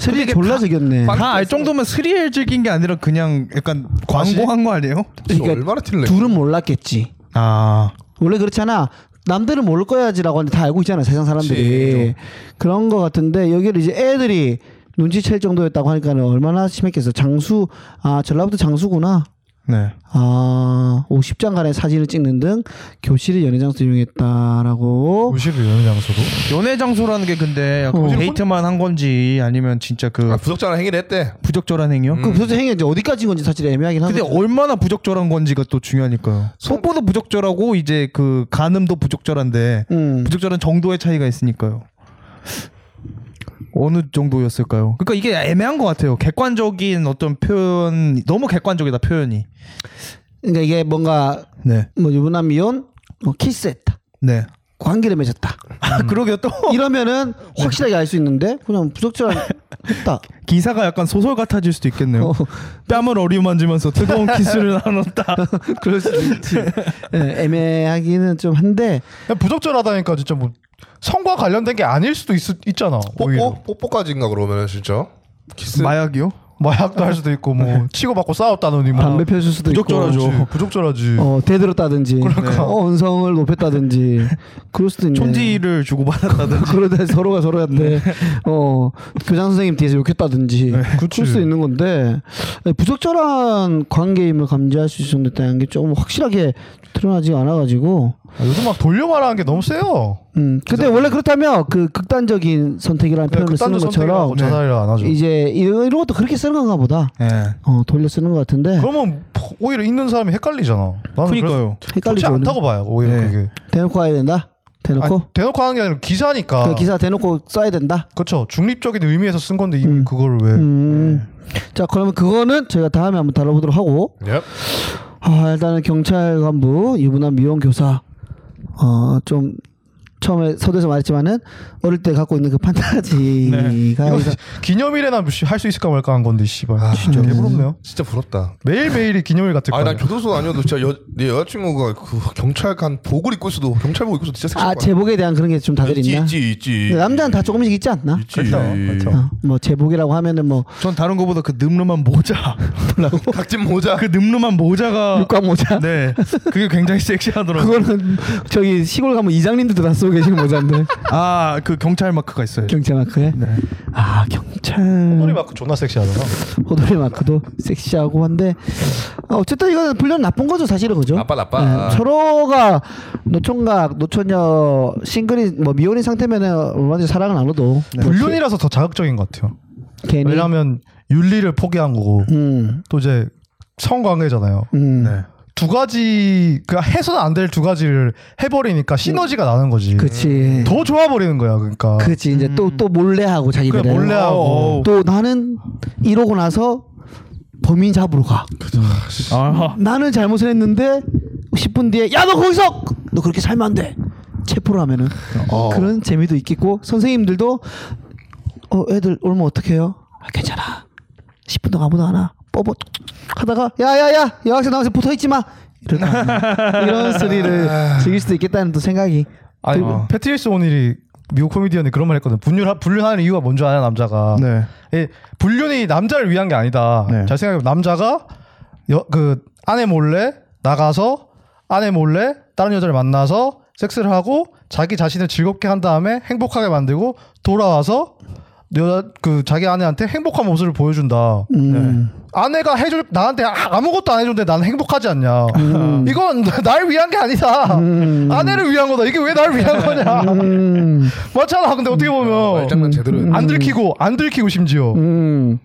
S1: 스릴 졸라 즐겼네.
S4: 다 알 정도면 스릴 즐긴 게 아니라 그냥 약간 광고한 거 아니에요?
S3: 진짜 얼마나
S4: 네.
S3: 틸래?
S1: 둘은 몰랐겠지.
S4: 아.
S1: 원래 그렇잖아. 남들은 모를 거야지라고 하는데 다 알고 있잖아 세상 사람들이 그런 거 같은데 여기를 이제 애들이 눈치챌 정도였다고 하니까는 얼마나 심했겠어 장수 아 전라북도 장수구나
S4: 네.
S1: 아 50장간의 사진을 찍는 등 교실을 연애 장소 이용했다라고
S2: 무시를 연애 장소로
S4: 연애 장소라는 게 근데 약간
S1: 어.
S4: 데이트만 한 건지 아니면 진짜 그
S3: 아, 부적절한 행위를 했대.
S4: 부적절한 행위요?
S1: 그 도대체 행위가 어디까지인 건지 사실 애매하긴
S4: 음. 근데 어-
S1: 한데
S4: 얼마나 부적절한 건지가 또
S1: 음.
S4: 중요하니까요. 속보도 부적절하고 이제 그 간음도 부적절한데
S1: 음.
S4: 부적절한 정도의 차이가 있으니까요. 어느 정도였을까요? 그러니까 이게 애매한 것 같아요. 객관적인 어떤 표현 너무 객관적이다 표현이.
S1: 그러니까 이게 뭔가
S4: 네,
S1: 뭐 유부남 미혼 뭐 키스했다
S4: 네. 아,
S1: 관계를 맺었다
S4: 그러게요. 또
S1: 이러면은 확실하게 알 수 있는데 그냥 부적절한 했다
S4: 기사가 약간 소설 같아질 수도 있겠네요.
S1: 어.
S4: 뺨을 어리만지면서 뜨거운 키스를 나눴다.
S1: 그럴 수도 있지. 예, 애매하기는 좀 한데
S2: 그냥 부적절하다니까 진짜 뭐 성과 관련된 게 아닐 수도 있, 있잖아
S1: 어,
S2: 오히려
S3: 뽀뽀 뽀뽀까지인가 그러면 진짜. 키스.
S4: 마약이요?
S2: 마약도 할 수도 있고 뭐 치고받고 싸웠다느니 뭐
S1: 네. 담배 펴줄 수도
S4: 부적절하죠.
S1: 있고
S2: 그렇지, 부적절하지
S1: 어 대들었다든지
S2: 그러니까.
S1: 어, 언성을 높였다든지 그럴 수도 있네.
S4: 촌지를 주고 받았다든지.
S1: 그러다 서로가 서로한테 어 교장 선생님 뒤에서 욕했다든지 그럴 수 있는 건데 예, 부적절한 관계임을 감지할 수 있었다는 게 좀 확실하게 드러나지 않아가지고
S2: 아, 요즘 막 돌려 말하는 게 너무 세요
S1: 음 근데 원래 그렇다면 그 극단적인 선택이라는 그 표현을 쓰는
S2: 네, 극단적 그 선택이라고
S1: 것처럼 네.
S2: 자살을 안 하죠
S1: 이제 이런 이런 것도 그렇게 쓰는 건가 보다
S4: 예.
S1: 어 돌려 쓰는 것 같은데
S2: 그러면 오히려 있는 사람이 헷갈리잖아 나는 그래서
S4: 그러니까요.
S2: 좋지
S1: 헷갈리지 오늘.
S2: 않다고 봐요 오히려
S4: 네.
S2: 그게
S1: 대놓고 해야 된다. 대놓고
S2: 아니, 대놓고 하는 게 아니라 기사니까
S1: 그 기사 대놓고 써야 된다.
S2: 그렇죠 중립적인 의미에서 쓴 건데 이미 그거를 왜
S1: 음.
S2: 네.
S1: 자 그러면 그거는 저희가 다음에 한번 다뤄보도록 하고
S3: 예.
S1: 아, 일단은 경찰 간부 유부남 미용 교사 어 좀 처음에 서두에서 말했지만은 어릴 때 갖고 있는 그 판타지가
S2: 네. 이거
S1: 여기서-
S2: 기념일에나 할 수 있을까 말까 한 건데 씨발
S1: 아,
S2: 진짜 개부럽네요
S3: 진짜 부럽다.
S2: 매일매일이 기념일 같을 거야
S3: 아난 교도소 아니어도 진짜 여, 내 여자친구가 그 경찰관 복을 입고 있어도 경찰복 입고 있어도 진짜 섹시할
S1: 아
S3: 것 같아.
S1: 제복에 대한 그런 게 좀 다들
S3: 있지
S1: 있나?
S3: 있지 있지.
S1: 근데 남자는 다 조금씩 있지 않나?
S3: 있지.
S2: 그렇죠, 그렇죠.
S1: 어, 뭐 제복이라고 하면은 뭐
S4: 전 다른 거보다 그 늠름한 모자.
S3: 어. 각진 모자.
S4: 그 늠름한 모자가
S1: 육각 모자.
S4: 네. 그게 굉장히 섹시하더라고요.
S1: 그거는 저기 시골 가면 이장님들도 다 쓰고 계시는 모자인데
S4: 아, 그 경찰 마크가 있어요.
S1: 경찰 마크에.
S4: 네.
S1: 아 경찰.
S2: 소리 막 존나
S1: 음.
S2: 섹시하잖아
S1: 호돌이 마크도 섹시하고 한데 아, 어쨌든 이거는 불련 나쁜 거죠 사실은 그죠?
S3: 나빠, 나빠.
S1: 네, 서로가 노총각 노처녀 싱글인 뭐 미혼인 상태면은 얼마든지 사랑을 나눠도
S2: 불륜이라서 더 자극적인 것 같아요
S1: 네, 괜히
S2: 네, 그렇죠. 왜냐하면 윤리를 포기한 거고
S1: 음,
S2: 또 이제 성관계잖아요
S1: 음.
S4: 네.
S2: 두 가지 그 해서는 안 될 두 가지를 해버리니까 시너지가 나는 거지
S1: 그치
S2: 더 좋아 버리는 거야 그러니까
S1: 예. 그치 이제 또 또 몰래 하고 자기들 어.
S2: 그래, 몰래 하고. 어.
S1: 또 나는 이러고 나서 범인 잡으러 가
S4: 아.
S1: 나는 잘못을 했는데 10분 뒤에 야 너 거기서 너 그렇게 살면 안 돼. 체포를 하면은
S3: 어.
S1: 어,
S2: 어.
S1: 그런 재미도 있겠고 선생님들도 어 애들 올면 어떡해요? 아, 괜찮아. 10분 동안 아무도 안 와. 뽀뽀 하다가 야야야 여학생 나와서 붙어 있지 마. 이런 거 아니에요. 이런 소리를 즐길 수도 있겠다는 또 생각이 그
S2: 아니 뭐, 패트리스 오닐이 미국 코미디언이 그런 말 했거든. 분류 분류하는 이유가 뭔 줄 아냐 남자가.
S4: 네.
S2: 예, 불륜이 남자를 위한 게 아니다.
S4: 네.
S2: 잘 생각해보면 남자가 여, 그 아내 몰래 나가서 아내 몰래 다른 여자를 만나서 섹스를 하고 자기 자신을 즐겁게 한 다음에 행복하게 만들고 돌아와서 여자 그 자기 아내한테 행복한 모습을 보여준다. 네. 아내가 해줄 나한테 아- 아무것도 안 해줬는데 나는 행복하지 않냐. 이건 날 위한 게 아니다. 아내를 위한 거다. 이게 왜 날 위한 거냐. 맞잖아. 근데 어떻게 보면
S3: 말장난 제대로 했네.
S2: 안 들키고 안 들키고 심지어
S1: 음안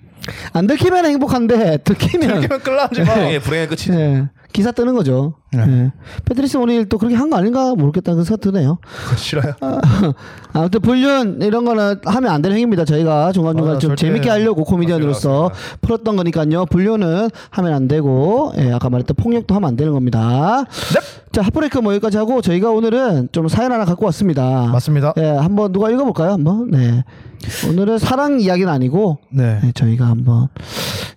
S1: 들키면 행복한데 들키면
S2: 들키면 끌라하지 마.
S3: 불행의 불행의 끝이지.
S1: 예, 기사 뜨는 거죠. 예. 패트리스 오닐 또 그렇게 한 거 아닌가 모르겠다는 생각 드네요. 아,
S3: 싫어요.
S1: 아무튼 불륜 이런 거는 하면 안 되는 행위입니다. 저희가 중간중간
S2: 맞아,
S1: 좀
S2: 절대.
S1: 재밌게 하려고 코미디언으로서 풀었던 거니까요. 불륜은 하면 안 되고 예, 아까 말했던 폭력도 하면 안 되는 겁니다. 자 핫브레이크 뭐 여기까지 하고 저희가 오늘은 좀 사연 하나 갖고 왔습니다.
S2: 맞습니다.
S1: 예, 한번 누가 읽어볼까요? 한번. 네. 오늘은 사랑 이야기는 아니고
S4: 네.
S1: 예, 저희가 한번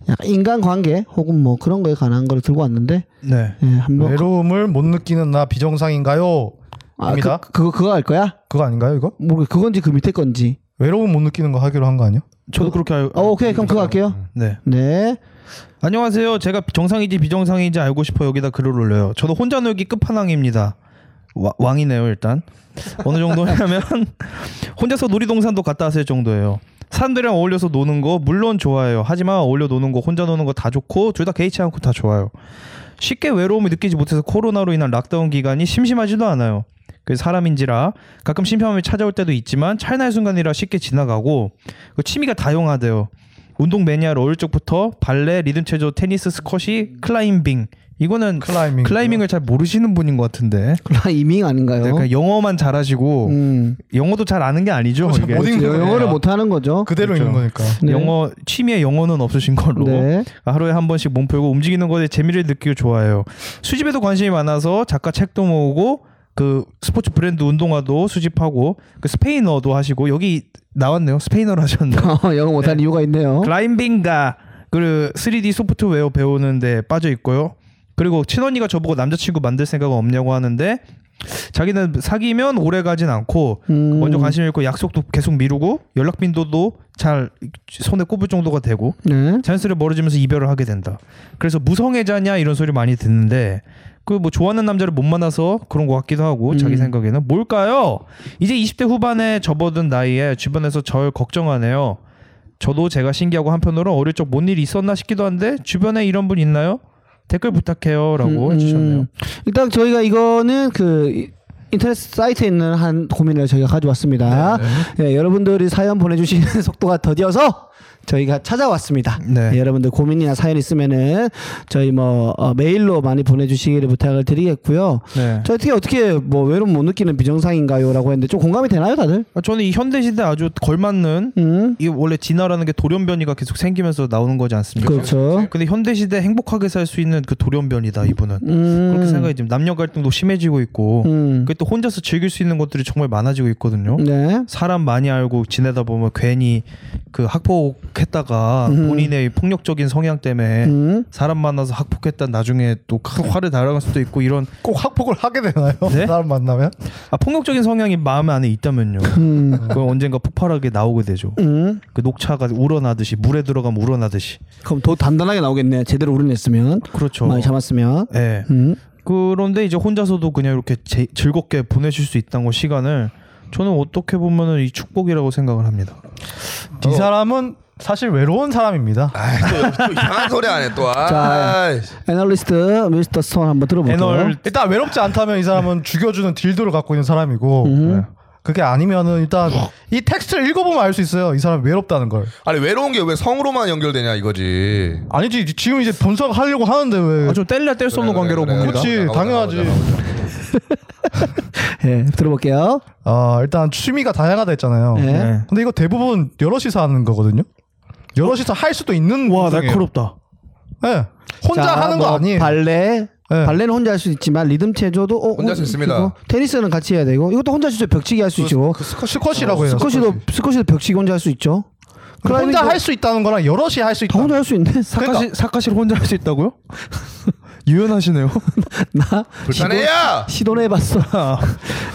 S1: 약간 인간관계 혹은 뭐 그런 거에 관한 걸 들고 왔는데
S4: 네.
S1: 예, 한번
S2: 뭐그 외로움을 못 느끼는 나 비정상인가요?
S1: 아,
S2: 입니다.
S1: 그, 그거 그거 할 거야?
S2: 그거 아닌가요 이거?
S1: 모르 그건지 그 밑에 건지.
S2: 외로움 못 느끼는 거 하기로 한 거 아니야?
S4: 저도 그렇게 알고.
S1: 어, 오케이 그럼 그거 할게요.
S4: 네.
S1: 네.
S4: 안녕하세요. 제가 정상인지 비정상인지 알고 싶어 여기다 글을 올려요. 저도 혼자 놀기 끝판왕입니다. 와- 왕이네요 일단. 어느 정도냐면 혼자서 놀이동산도 갔다 왔을 정도예요. 사람들이랑 어울려서 노는 거 물론 좋아해요. 하지만 어울려 노는 거 혼자 노는 거 다 좋고 둘 다 개의치 않고 다 좋아요. 쉽게 외로움을 느끼지 못해서 코로나로 인한 락다운 기간이 심심하지도 않아요. 그 사람인지라 가끔 심심함이 찾아올 때도 있지만 찰나의 순간이라 쉽게 지나가고 그 취미가 다양하대요. 운동 매니아로 어릴 적부터 발레, 리듬 체조, 테니스, 스쿼시, 클라이밍. 이거는
S2: 클라이밍.
S4: 클라이밍을 잘 모르시는 분인 것 같은데.
S1: 이밍 아닌가요?
S4: 네, 그러니까 영어만 잘하시고
S1: 음.
S4: 영어도 잘 아는 게 아니죠.
S2: 그렇죠.
S4: 이게.
S2: 못 읽는 거예요.
S1: 영어를 못 하는 거죠.
S2: 뭐 그대로 있는 거니까.
S1: 네.
S4: 영어 취미에 영어는 없으신 걸로
S1: 네.
S4: 하루에 한 번씩 몸 풀고 움직이는 것에 재미를 느끼고 좋아해요. 수집에도 관심이 많아서 작가 책도 모으고 그 스포츠 브랜드 운동화도 수집하고 그 스페인어도 하시고 여기 나왔네요. 스페인어를 하셨네.
S1: 어, 영어 못하는 이유가 있네요.
S4: 클라이밍가 그 3D 소프트웨어 배우는데 빠져 있고요. 그리고 친언니가 저보고 남자친구 만들 생각은 없냐고 하는데 자기는 사귀면 오래 가진 않고
S1: 음.
S4: 먼저 관심 있고 약속도 계속 미루고 연락 빈도도 잘 손에 꼽을 정도가 되고
S1: 네.
S4: 자연스레 멀어지면서 이별을 하게 된다. 그래서 무성애자냐 이런 소리 많이 듣는데 그 뭐 좋아하는 남자를 못 만나서 그런 것 같기도 하고
S1: 음.
S4: 자기 생각에는 뭘까요? 이제 20대 후반에 접어든 나이에 주변에서 절 걱정하네요. 저도 제가 신기하고 한편으로 어릴 적 뭔 일이 있었나 싶기도 한데 주변에 이런 분 있나요? 댓글 부탁해요라고
S1: 음,
S4: 해주셨네요.
S1: 음. 일단 저희가 이거는 그 이- 인터넷 사이트에 있는 한 고민을 저희가 가져왔습니다.
S4: 네.
S1: 예, 여러분들이 사연 보내주시는 속도가 더디어서 저희가 찾아왔습니다.
S4: 네.
S1: 예, 여러분들 고민이나 사연 있으면은 저희 뭐 어, 메일로 많이 보내주시기를 부탁을 드리겠고요.
S4: 네.
S1: 저희 어떻게 어떻게 뭐 외로움 못 느끼는 비정상인가요라고 했는데 좀 공감이 되나요, 다들?
S4: 아, 저는 이 현대 시대 아주 걸맞는
S1: 음,
S4: 이 원래 진화라는 게 돌연변이가 계속 생기면서 나오는 거지 않습니까?
S1: 그렇죠.
S4: 근데 현대 시대 행복하게 살 수 있는 그 돌연변이다 이분은.
S1: 음,
S4: 그렇게 생각이 지금 남녀 갈등도 심해지고 있고
S1: 음,
S4: 그게 또 혼자서 즐길 수 있는 것들이 정말 많아지고 있거든요.
S1: 네.
S4: 사람 많이 알고 지내다 보면 괜히 그 학폭했다가
S1: 음.
S4: 본인의 폭력적인 성향 때문에
S1: 음.
S4: 사람 만나서 학폭했다 나중에 또 큰 화를 달아갈 수도 있고 이런
S2: 꼭 학폭을 하게 되나요?
S4: 네?
S2: 사람 만나면?
S4: 아 폭력적인 성향이 마음 안에 있다면요.
S1: 음.
S4: 그건 언젠가 폭발하게 나오게 되죠.
S1: 음.
S4: 그 녹차가 우러나듯이 물에 들어가면 우러나듯이.
S1: 그럼 더 단단하게 나오겠네. 제대로 우려냈으면.
S4: 그렇죠.
S1: 많이 잡았으면.
S2: 네.
S4: 예.
S1: 음.
S4: 그런데 이제 혼자서도 그냥 이렇게 제- 즐겁게 보내실 수 있다는 거 시간을 저는 어떻게 보면은 이 축복이라고 생각을 합니다.
S2: 이 사람은 사실 외로운 사람입니다.
S3: 아이, 또, 또 이상한 소리 안 해 또.
S1: 자. 예.
S3: 아,
S1: 애널리스트 미스터 스톤 한번 들어볼게요.
S4: 애널
S2: 일단 외롭지 않다면 이 사람은 죽여주는 딜도를 갖고 있는 사람이고 네. 그게 아니면은 일단 이 텍스트를 읽어보면 알 수 있어요. 이 사람 외롭다는 걸.
S3: 아니 외로운 게 왜 성으로만 연결되냐 이거지.
S2: 아니지 지금 이제 분석하려고 하는데 왜?
S4: 아, 좀 뗄래야 뗄 수 없는 관계라고
S3: 그래, 그래.
S4: 봅니다.
S2: 그렇지
S3: 나가보자,
S2: 당연하지.
S3: 나가보자, 나가보자.
S1: 예, 들어볼게요.
S2: 아 일단 취미가 다양하다 했잖아요.
S1: 예.
S4: 네.
S2: 근데 이거 대부분 여럿이서 하는 거거든요. 여럿이서 할 수도 있는
S4: 와
S2: 운동이에요.
S4: 날카롭다.
S2: 예. 혼자
S1: 자,
S2: 하는 거
S1: 뭐
S2: 아니에요.
S1: 발레,
S2: 네.
S1: 발레는 혼자 할 수 있지만 리듬 체조도 어,
S3: 혼자 할수
S1: 어,
S3: 있습니다.
S1: 이거. 테니스는 같이 해야 되고 이것도 혼자 할 수 있죠. 벽치기 할 수 있죠.
S2: 그 스쿼- 스쿼시라고 해요.
S1: 어, 스쿼시도 스쿼시도 벽치기 혼자 할 수 있죠. 클라이밍도 어?
S2: 혼자 할 수 있다는 거랑 여럿이 할 수
S1: 다
S2: 있다.
S1: 혼자 할 수 있네. 사-
S4: 사카시 사카시를 혼자 할 수 있다고요? 그러니까 유연하시네요.
S1: 나
S3: 불편해야.
S1: 시도해 봤어.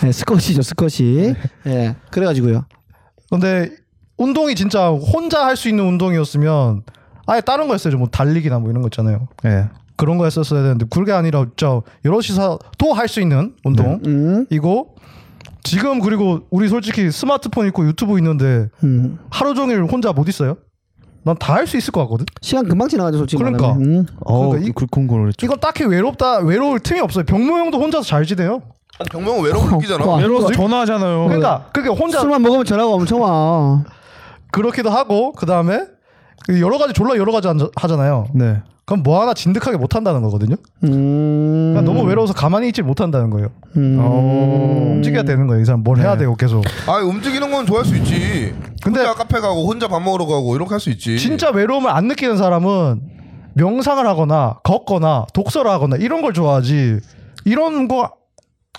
S1: 네, 스쿼시죠, 스쿼시.
S2: 네.
S1: 예. 그래 가지고요.
S2: 근데 운동이 진짜 혼자 할 수 있는 운동이었으면 아예 다른 거 했어야죠. 뭐 달리기나 뭐 이런 거 있잖아요.
S4: 예.
S2: 그런 거 했었어야 되는데 그게 아니라 진짜 여럿이서 또 할 수 있는 운동.
S1: 음.
S2: 이고 지금 그리고 우리 솔직히 스마트폰 있고 유튜브 있는데
S1: 음.
S2: 하루 종일 혼자 못 있어요? 난 다 할 수 있을 것 같거든.
S1: 시간 금방 지나가죠, 솔직히.
S2: 그러니까.
S1: 말하면. 음.
S4: 어,
S2: 그러니까 이-
S4: 그- 그런 걸 했죠.
S2: 이건 딱히 외롭다 외로울 틈이 없어요. 병모 형도 혼자서 잘 지내요.
S3: 병명은
S1: 어,
S3: 외로운 끼잖아.
S1: 와.
S4: 외로워서 전화하잖아요.
S2: 그러니까 그게 혼자
S1: 어, 네. 술만 먹으면 전화가 엄청 와.
S2: 그렇기도 하고 그 다음에 여러 가지 졸라 여러 가지 한- 하잖아요.
S4: 네.
S2: 그럼 뭐 하나 진득하게 못 한다는 거거든요.
S1: 음.
S2: 그러니까 너무 외로워서 가만히 있지 못한다는 거예요. 어,
S1: 음. 네.
S2: 움직여야 되는 거예요. 이 사람 뭘 해야 되고 계속.
S3: 아 움직이는 건 좋아할 수 있지.
S2: 근데-
S3: 혼자 카페 가고 혼자 밥 먹으러 가고 이렇게 할 수
S1: 네.
S3: 있지.
S2: 진짜 외로움을 안 느끼는 사람은 명상을 하거나 걷거나 독서를 하거나 이런 걸 좋아하지. 이런 거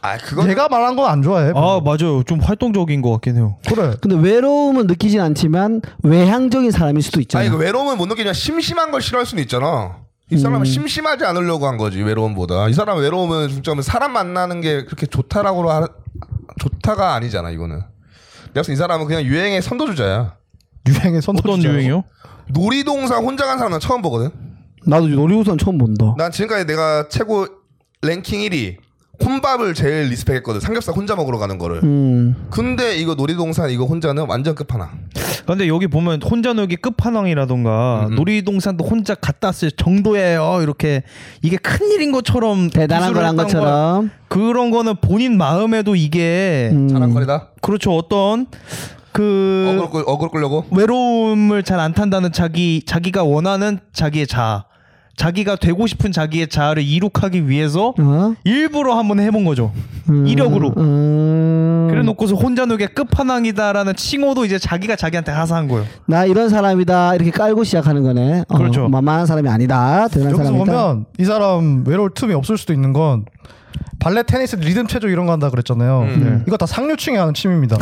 S3: 아 그건
S2: 얘가 말한 건 안 좋아해.
S4: 아 맞아요. 좀 활동적인 것 같긴 해요.
S2: 그래.
S1: 근데 외로움은 느끼진 않지만 외향적인 사람일 수도
S3: 아니
S1: 있잖아요.
S3: 그 외로움을 못 느끼냐 심심한 걸 싫어할 수는 있잖아. 이 사람은 심심하지 않으려고 한 거지 외로움보다. 이 사람 외로움은 중점은 사람 만나는 게 그렇게 좋다라고 하, 좋다가 아니잖아 이거는. 내가 봤을 때이 사람은 그냥 유행의 선도주자야.
S2: 유행의 선도.
S4: 어떤 유행이요?
S3: 놀이동산 혼자 간 사람은 처음 보거든.
S1: 나도 놀이공원 처음 본다.
S3: 난 지금까지 내가 최고 랭킹 1위 혼밥을 제일 리스펙했거든. 삼겹살 혼자 먹으러 가는 거를.
S1: 음.
S3: 근데 이거 놀이동산 이거 혼자는 완전 끝판왕.
S4: 아, 근데 여기 보면 혼자 놀기 끝판왕이라던가 놀이동산도 혼자 갔다 왔을 정도예요. 이렇게 이게 큰 일인 것처럼
S1: 대단한
S4: 기술을
S1: 걸 한
S4: 했던
S1: 것처럼.
S4: 거- 그런 거는 본인 마음에도 이게
S1: 음.
S3: 자랑거리다
S4: 그렇죠. 어떤 그
S3: 어그로 끌 어그로 끌려고.
S4: 외로움을 잘 안 탄다는 자기 자기가 원하는 자기의 자아 자기가 되고 싶은 자기의 자아를 이룩하기 위해서
S1: 어?
S4: 일부러 한번 해본 거죠
S1: 음.
S4: 이력으로
S1: 음.
S4: 그래 놓고서 혼자 놀게 끝판왕이다라는 칭호도 이제 자기가 자기한테 하사한 거예요
S1: 나 이런 사람이다 이렇게 깔고 시작하는 거네. 어,
S4: 그렇죠.
S1: 만만한 사람이 아니다. 대단한
S2: 여기서
S1: 사람이다.
S2: 보면 이 사람 외로울 틈이 없을 수도 있는 건 발레, 테니스, 리듬 체조 이런 거 한다 그랬잖아요. 네.
S3: 음.
S2: 이거 다 상류층이 하는 취미입니다.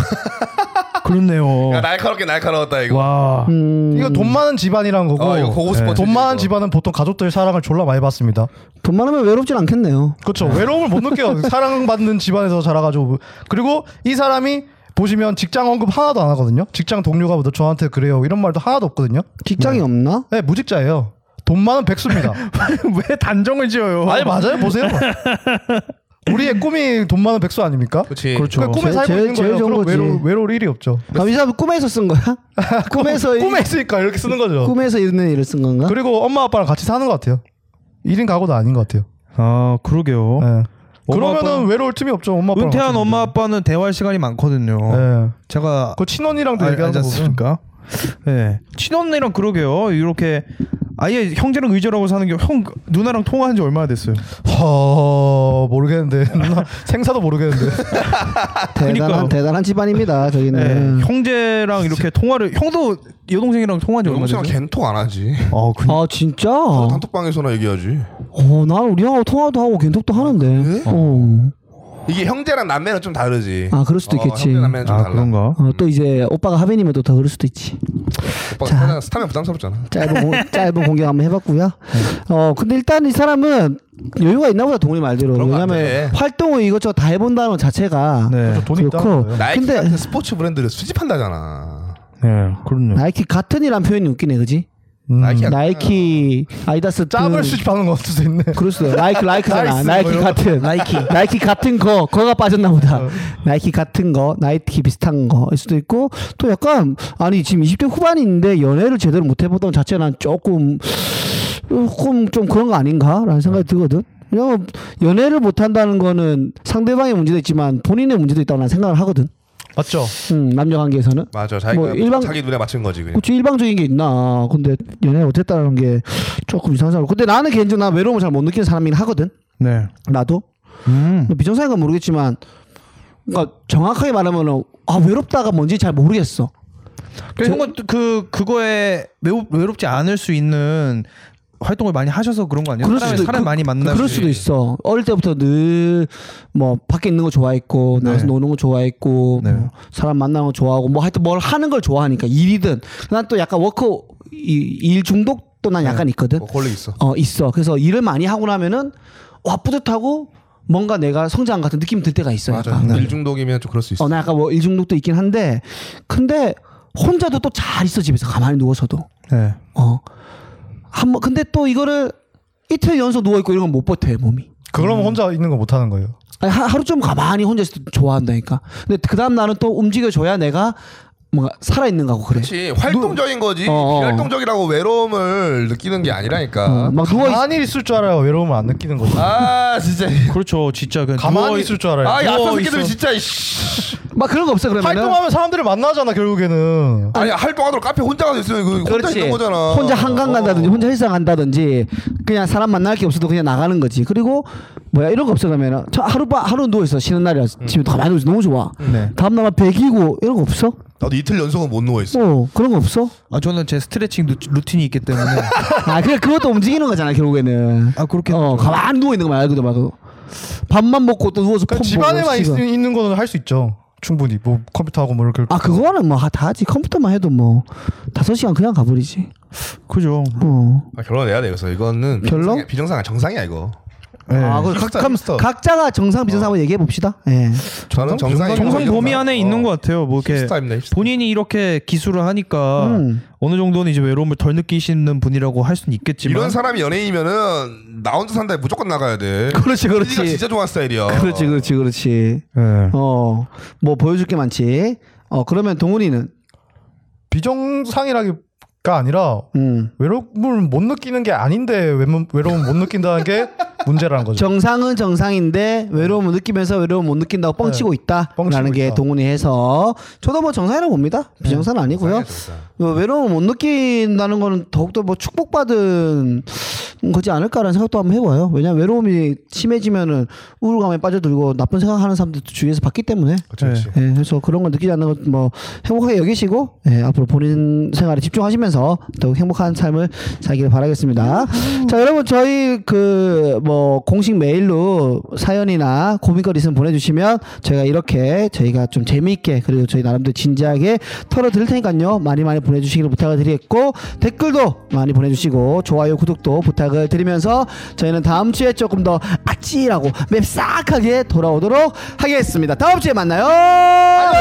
S4: 그렇네요
S3: 야, 날카롭게 날카로웠다 이거.
S4: 어. 와
S1: 음,
S2: 이거 돈 많은 집안이라는 거고.
S3: 아, 이거 고급
S2: 예.
S3: 스포츠지,
S2: 돈 많은
S3: 이거.
S2: 집안은 보통 가족들 사랑을 졸라 많이 받습니다.
S1: 돈 많으면 외롭진 않겠네요.
S2: 그렇죠. 외로움을 못 느껴요. 사랑받는 집안에서 자라가지고 그리고 이 사람이 보시면 직장 언급 하나도 안 하거든요. 직장 동료가 너 저한테 그래요 이런 말도 하나도 없거든요.
S1: 직장이 없나?
S2: 네, 무직자예요. 돈 많은 백수입니다.
S4: 왜 단정을 지어요
S2: 아니 맞아요. 보세요. 우리의 꿈이 돈 많은 백수 아닙니까?
S3: 그렇지.
S4: 그렇죠.
S2: 그러니까 꿈에
S1: 제-
S2: 살고
S1: 제일-
S2: 있는
S1: 제일
S2: 거예요.
S1: 좋은
S2: 그럼
S1: 거지.
S2: 외로 외로울 일이 없죠.
S4: 네.
S1: 그럼 이 사람 아, 꿈에서 쓴 거야? 꿈에서 이-
S2: 꿈에 있으니까 이렇게 쓰는
S4: 어.
S2: 거죠.
S1: 꿈에서 있는 일을 쓴 건가?
S2: 그리고 엄마 아빠랑 같이 사는 것 같아요. 1인 가구도 아닌 것 같아요.
S4: 아 그러게요
S2: 예.
S4: 엄마,
S2: 그러면은
S4: 아빠는-
S2: 외로울 틈이 없죠. 엄마 아빠랑
S4: 은퇴한
S2: 같이
S4: 엄마 아빠는 대화할 시간이
S2: 사는
S4: 많거든요
S2: 거. 예.
S4: 제가
S2: 그 친언니랑도
S4: 알-
S2: 얘기하는 거 보면
S4: 않았습니까? 예. 친언니랑 그러게요. 이렇게 아예 형제랑 의절하고 사는 게 형 누나랑 통화한 지 얼마나 됐어요?
S2: 허 모르겠는데 누나 생사도 모르겠는데
S1: 대단한
S4: 그러니까요.
S1: 대단한 집안입니다.
S4: 예.
S1: 저기는.
S4: 형제랑 이렇게 통화를 형도 여동생이랑 통화한 지 얼마나
S3: 영수랑
S4: 됐어요?
S3: 겐통 안 하지.
S4: 아, 그
S1: 아 진짜?
S3: 어, 단톡방에서나 얘기하지.
S1: 어, 난 우리 형하고 통화도 하고 겐톡도
S3: 아,
S1: 하는데. 어.
S3: 이게 형제랑 남매는 좀 다르지.
S1: 아, 그럴 수도
S3: 어,
S1: 있겠지.
S3: 형제 남매는 좀
S4: 아,
S3: 달라.
S4: 그런가?
S1: 어, 또 이제 오빠가 하빈이면 또 더 그럴 수도 있지.
S3: 오빠가 스타면- 스타면 부담스럽잖아.
S1: 짧은 공, 짧은 공격 한번 해봤고요.
S3: 네.
S1: 어 근데 일단 이 사람은 여유가 있나 보다 동훈이 말대로
S3: 그런 거
S1: 왜냐면
S3: 같아.
S1: 활동을 이것저것 다 해본다는 것 자체가
S4: 네.
S2: 그렇죠, 돈이 있다는
S1: 그렇고
S2: 거예요.
S3: 나이키
S1: 근데-
S3: 같은 스포츠 브랜드를 수집한다잖아.
S4: 네, 그렇네요.
S1: 나이키 같은이란 표현이 웃기네, 그지?
S2: 음.
S3: 나이키야. 어.
S1: 나이키 아디다스 그 등-
S2: 짭을 수집하는 것 같아서 있네
S1: 그럴 수도 있어요. 나이키 나이키잖아.
S2: 나이스,
S1: 나이키
S2: 뭐요?
S1: 같은 나이키 어. 나이키 같은 거 거가 빠졌나 보다. 나이키 같은 거 나이키 비슷한 거일 수도 있고 또 약간 아니 지금 20대 후반인데 연애를 제대로 못 해보던 자체 난 조금 조금 좀 그런 거 아닌가라는 생각이 들거든. 왜냐면 연애를 못 한다는 거는 상대방의 문제도 있지만 본인의 문제도 있다고 난 생각을 하거든.
S2: 맞죠?
S1: 음, 남녀 관계에서는.
S3: 맞아. 자기가
S1: 뭐 일반-
S3: 자기 눈에 맞춘 거지 그냥.
S1: 그치 일방적인 게 있나 근데 연애를 못했다는 게 조금 이상하고 근데 나는 개인적으로 난 외로움을 잘 못 느끼는 사람이긴 하거든
S4: 네.
S1: 나도
S4: 음.
S1: 뭐 비정상인가 모르겠지만 그러니까 정확하게 말하면 아 외롭다가 뭔지 잘 모르겠어.
S4: 그 형은 그 그거에 외롭, 외롭지 않을 수 있는 활동을 많이 하셔서 그런 거 아니에요?
S1: 그럴
S4: 사람,
S1: 수도-
S4: 사람
S1: 그-
S4: 많이 만나고
S1: 그럴 수도 있어. 어릴 때부터 늘 뭐 밖에 있는 거 좋아했고 나가서
S4: 네.
S1: 노는 거 좋아했고
S4: 네.
S1: 뭐 사람 만나는 거 좋아하고 뭐 하여튼 뭘 하는 걸 좋아하니까 일이든 난 또 약간 워크 이- 일 중독도
S4: 네.
S1: 난 약간 있거든.
S3: 뭐 걸려 있어.
S1: 어 있어. 그래서 일을 많이 하고 나면은 와 뿌듯하고 뭔가 내가 성장 같은 느낌 들 때가 있어.
S3: 맞아.
S4: 네.
S1: 약간.
S3: 일 중독이면 좀 그럴 수 있어.
S1: 네. 어, 나 약간 뭐 일중독도 있긴 한데, 근데 혼자도 또 잘 있어 집에서 가만히 누워서도.
S4: 네.
S1: 어, 한번 근데 또 이거를 이틀 연속 누워 있고 이런 건 못 버텨요 몸이.
S2: 그러면 혼자 있는 거 못 하는 거예요.
S1: 아니, 하, 하루 좀 가만히 혼자 있어도 좋아한다니까. 근데 그 다음 날은 또 움직여줘야 내가 뭔가 살아 있는 거고 그래.
S3: 그렇지. 활동적인 거지.
S1: 어, 어.
S3: 비활동적이라고 외로움을 느끼는 게 아니라니까.
S1: 어, 막 누워 있.
S2: 가만히 있을 줄 알아요. 외로움을 안 느끼는 거죠.
S3: 아 진짜.
S4: 그렇죠. 진짜 그냥
S2: 가만히
S4: 누워-
S2: 있을 줄 알아요.
S3: 아, 이
S1: 뭐
S2: 누워
S3: 아빠
S2: 있어.
S3: 새끼들 진짜. 이씨.
S1: 막 그런 거 없어 그러면.
S2: 활동하면 사람들을 만나잖아 결국에는. 그러니까
S3: 아니 활동하도록 카페 혼자 가서 있으면 이거 혼자 있는 거잖아.
S1: 혼자 한강 간다든지
S3: 어.
S1: 혼자 헬스 간다든지 그냥 사람 만날 게 없어도 그냥 나가는 거지. 그리고 뭐야 이런 거 없어 그러면은 저 하루 바, 하루 누워 있어 쉬는 날이라 집에 가만히 누워 있어 너무 좋아.
S4: 네.
S1: 다음 날만 베기고 이런 거 없어?
S3: 나도 이틀 연속은 못 누워 있어.
S1: 어 그런 거 없어?
S4: 아 저는 제 스트레칭 루트- 루틴이 있기 때문에
S1: 아 그래 그것도 움직이는 거잖아 결국에는.
S4: 아 그렇게
S1: 어 가만히 누워 있는 거 말고 막 밥만 먹고 또 누워서 폰
S2: 그러니까
S1: 보고
S2: 집안에만 있,
S1: 지금.
S2: 있는 거는 할 수 있죠. 충분히 뭐 컴퓨터하고 뭐 이렇게.
S1: 아 그거는 뭐 다 하지 컴퓨터만 해도 뭐 다섯 시간 그냥 가버리지.
S4: 그죠.
S1: 어.
S3: 아, 결혼해야 돼 그래서 이거는
S1: 결론?
S3: 비정상이야. 비정상이야 정상이야 이거.
S4: 네.
S1: 아, 그
S3: 힙스터,
S1: 각,
S3: 힙스터.
S1: 각자가 정상 비정상을 얘기해 봅시다. 예.
S3: 저는 어. 정상이
S4: 정상 범위 안에 있는 것 같아요. 뭐 이렇게
S3: 힙스타입니다. 힙스타.
S4: 본인이 이렇게 기술을 하니까
S1: 음.
S4: 어느 정도는 이제 외로움을 덜 느끼시는 분이라고 할 수는 있겠지만
S3: 이런 사람이 연예인이면은 나 혼자 산다에 무조건 나가야 돼.
S1: 그렇지
S3: 피디가 진짜 좋아하는 스타일이야.
S2: 어.
S1: 그렇지, 그렇지, 그렇지.
S4: 예.
S1: 어, 뭐 보여줄 게 많지. 어, 그러면 동훈이는,
S2: 비정상이라기가 아니라
S1: 음,
S2: 외로움을 못 느끼는 게 아닌데 외로움 외로움 못 느낀다는 게 문제라는 거죠.
S1: 정상은 정상인데 외로움을 느끼면서 외로움 못 느낀다고 뻥치고 있다라는
S2: 네. 뻥치고
S1: 게
S2: 있다. 네.
S1: 동훈이 해서 저도 뭐 정상이라고 봅니다. 비정상은 아니고요.
S3: 정상이야, 정상.
S1: 어, 외로움을 못 느낀다는 거는 더욱더 뭐 축복받은 거지 않을까라는 생각도 한번 해봐요. 왜냐면 외로움이 심해지면은 우울감에 빠져들고 나쁜 생각하는 사람들도 주위에서 봤기 때문에.
S3: 그렇지, 그렇지.
S1: 예, 그래서 그런 걸 느끼지 않는 것 뭐 행복하게 여기시고 예, 앞으로 본인 생활에 집중하시면서 더욱 행복한 삶을 살기를 바라겠습니다. 자 여러분 저희 그 뭐 공식 메일로 사연이나 고민거리 있으면 보내주시면 저희가 이렇게 저희가 좀 재미있게 그리고 저희 나름대로 진지하게 털어드릴 테니까요 많이 많이 보내주시기를 부탁을 드리겠고 댓글도 많이 보내주시고 좋아요 구독도 부탁을 드리면서 저희는 다음 주에 조금 더 아찔하고 맵싹하게 돌아오도록 하겠습니다. 다음 주에 만나요.
S3: 아,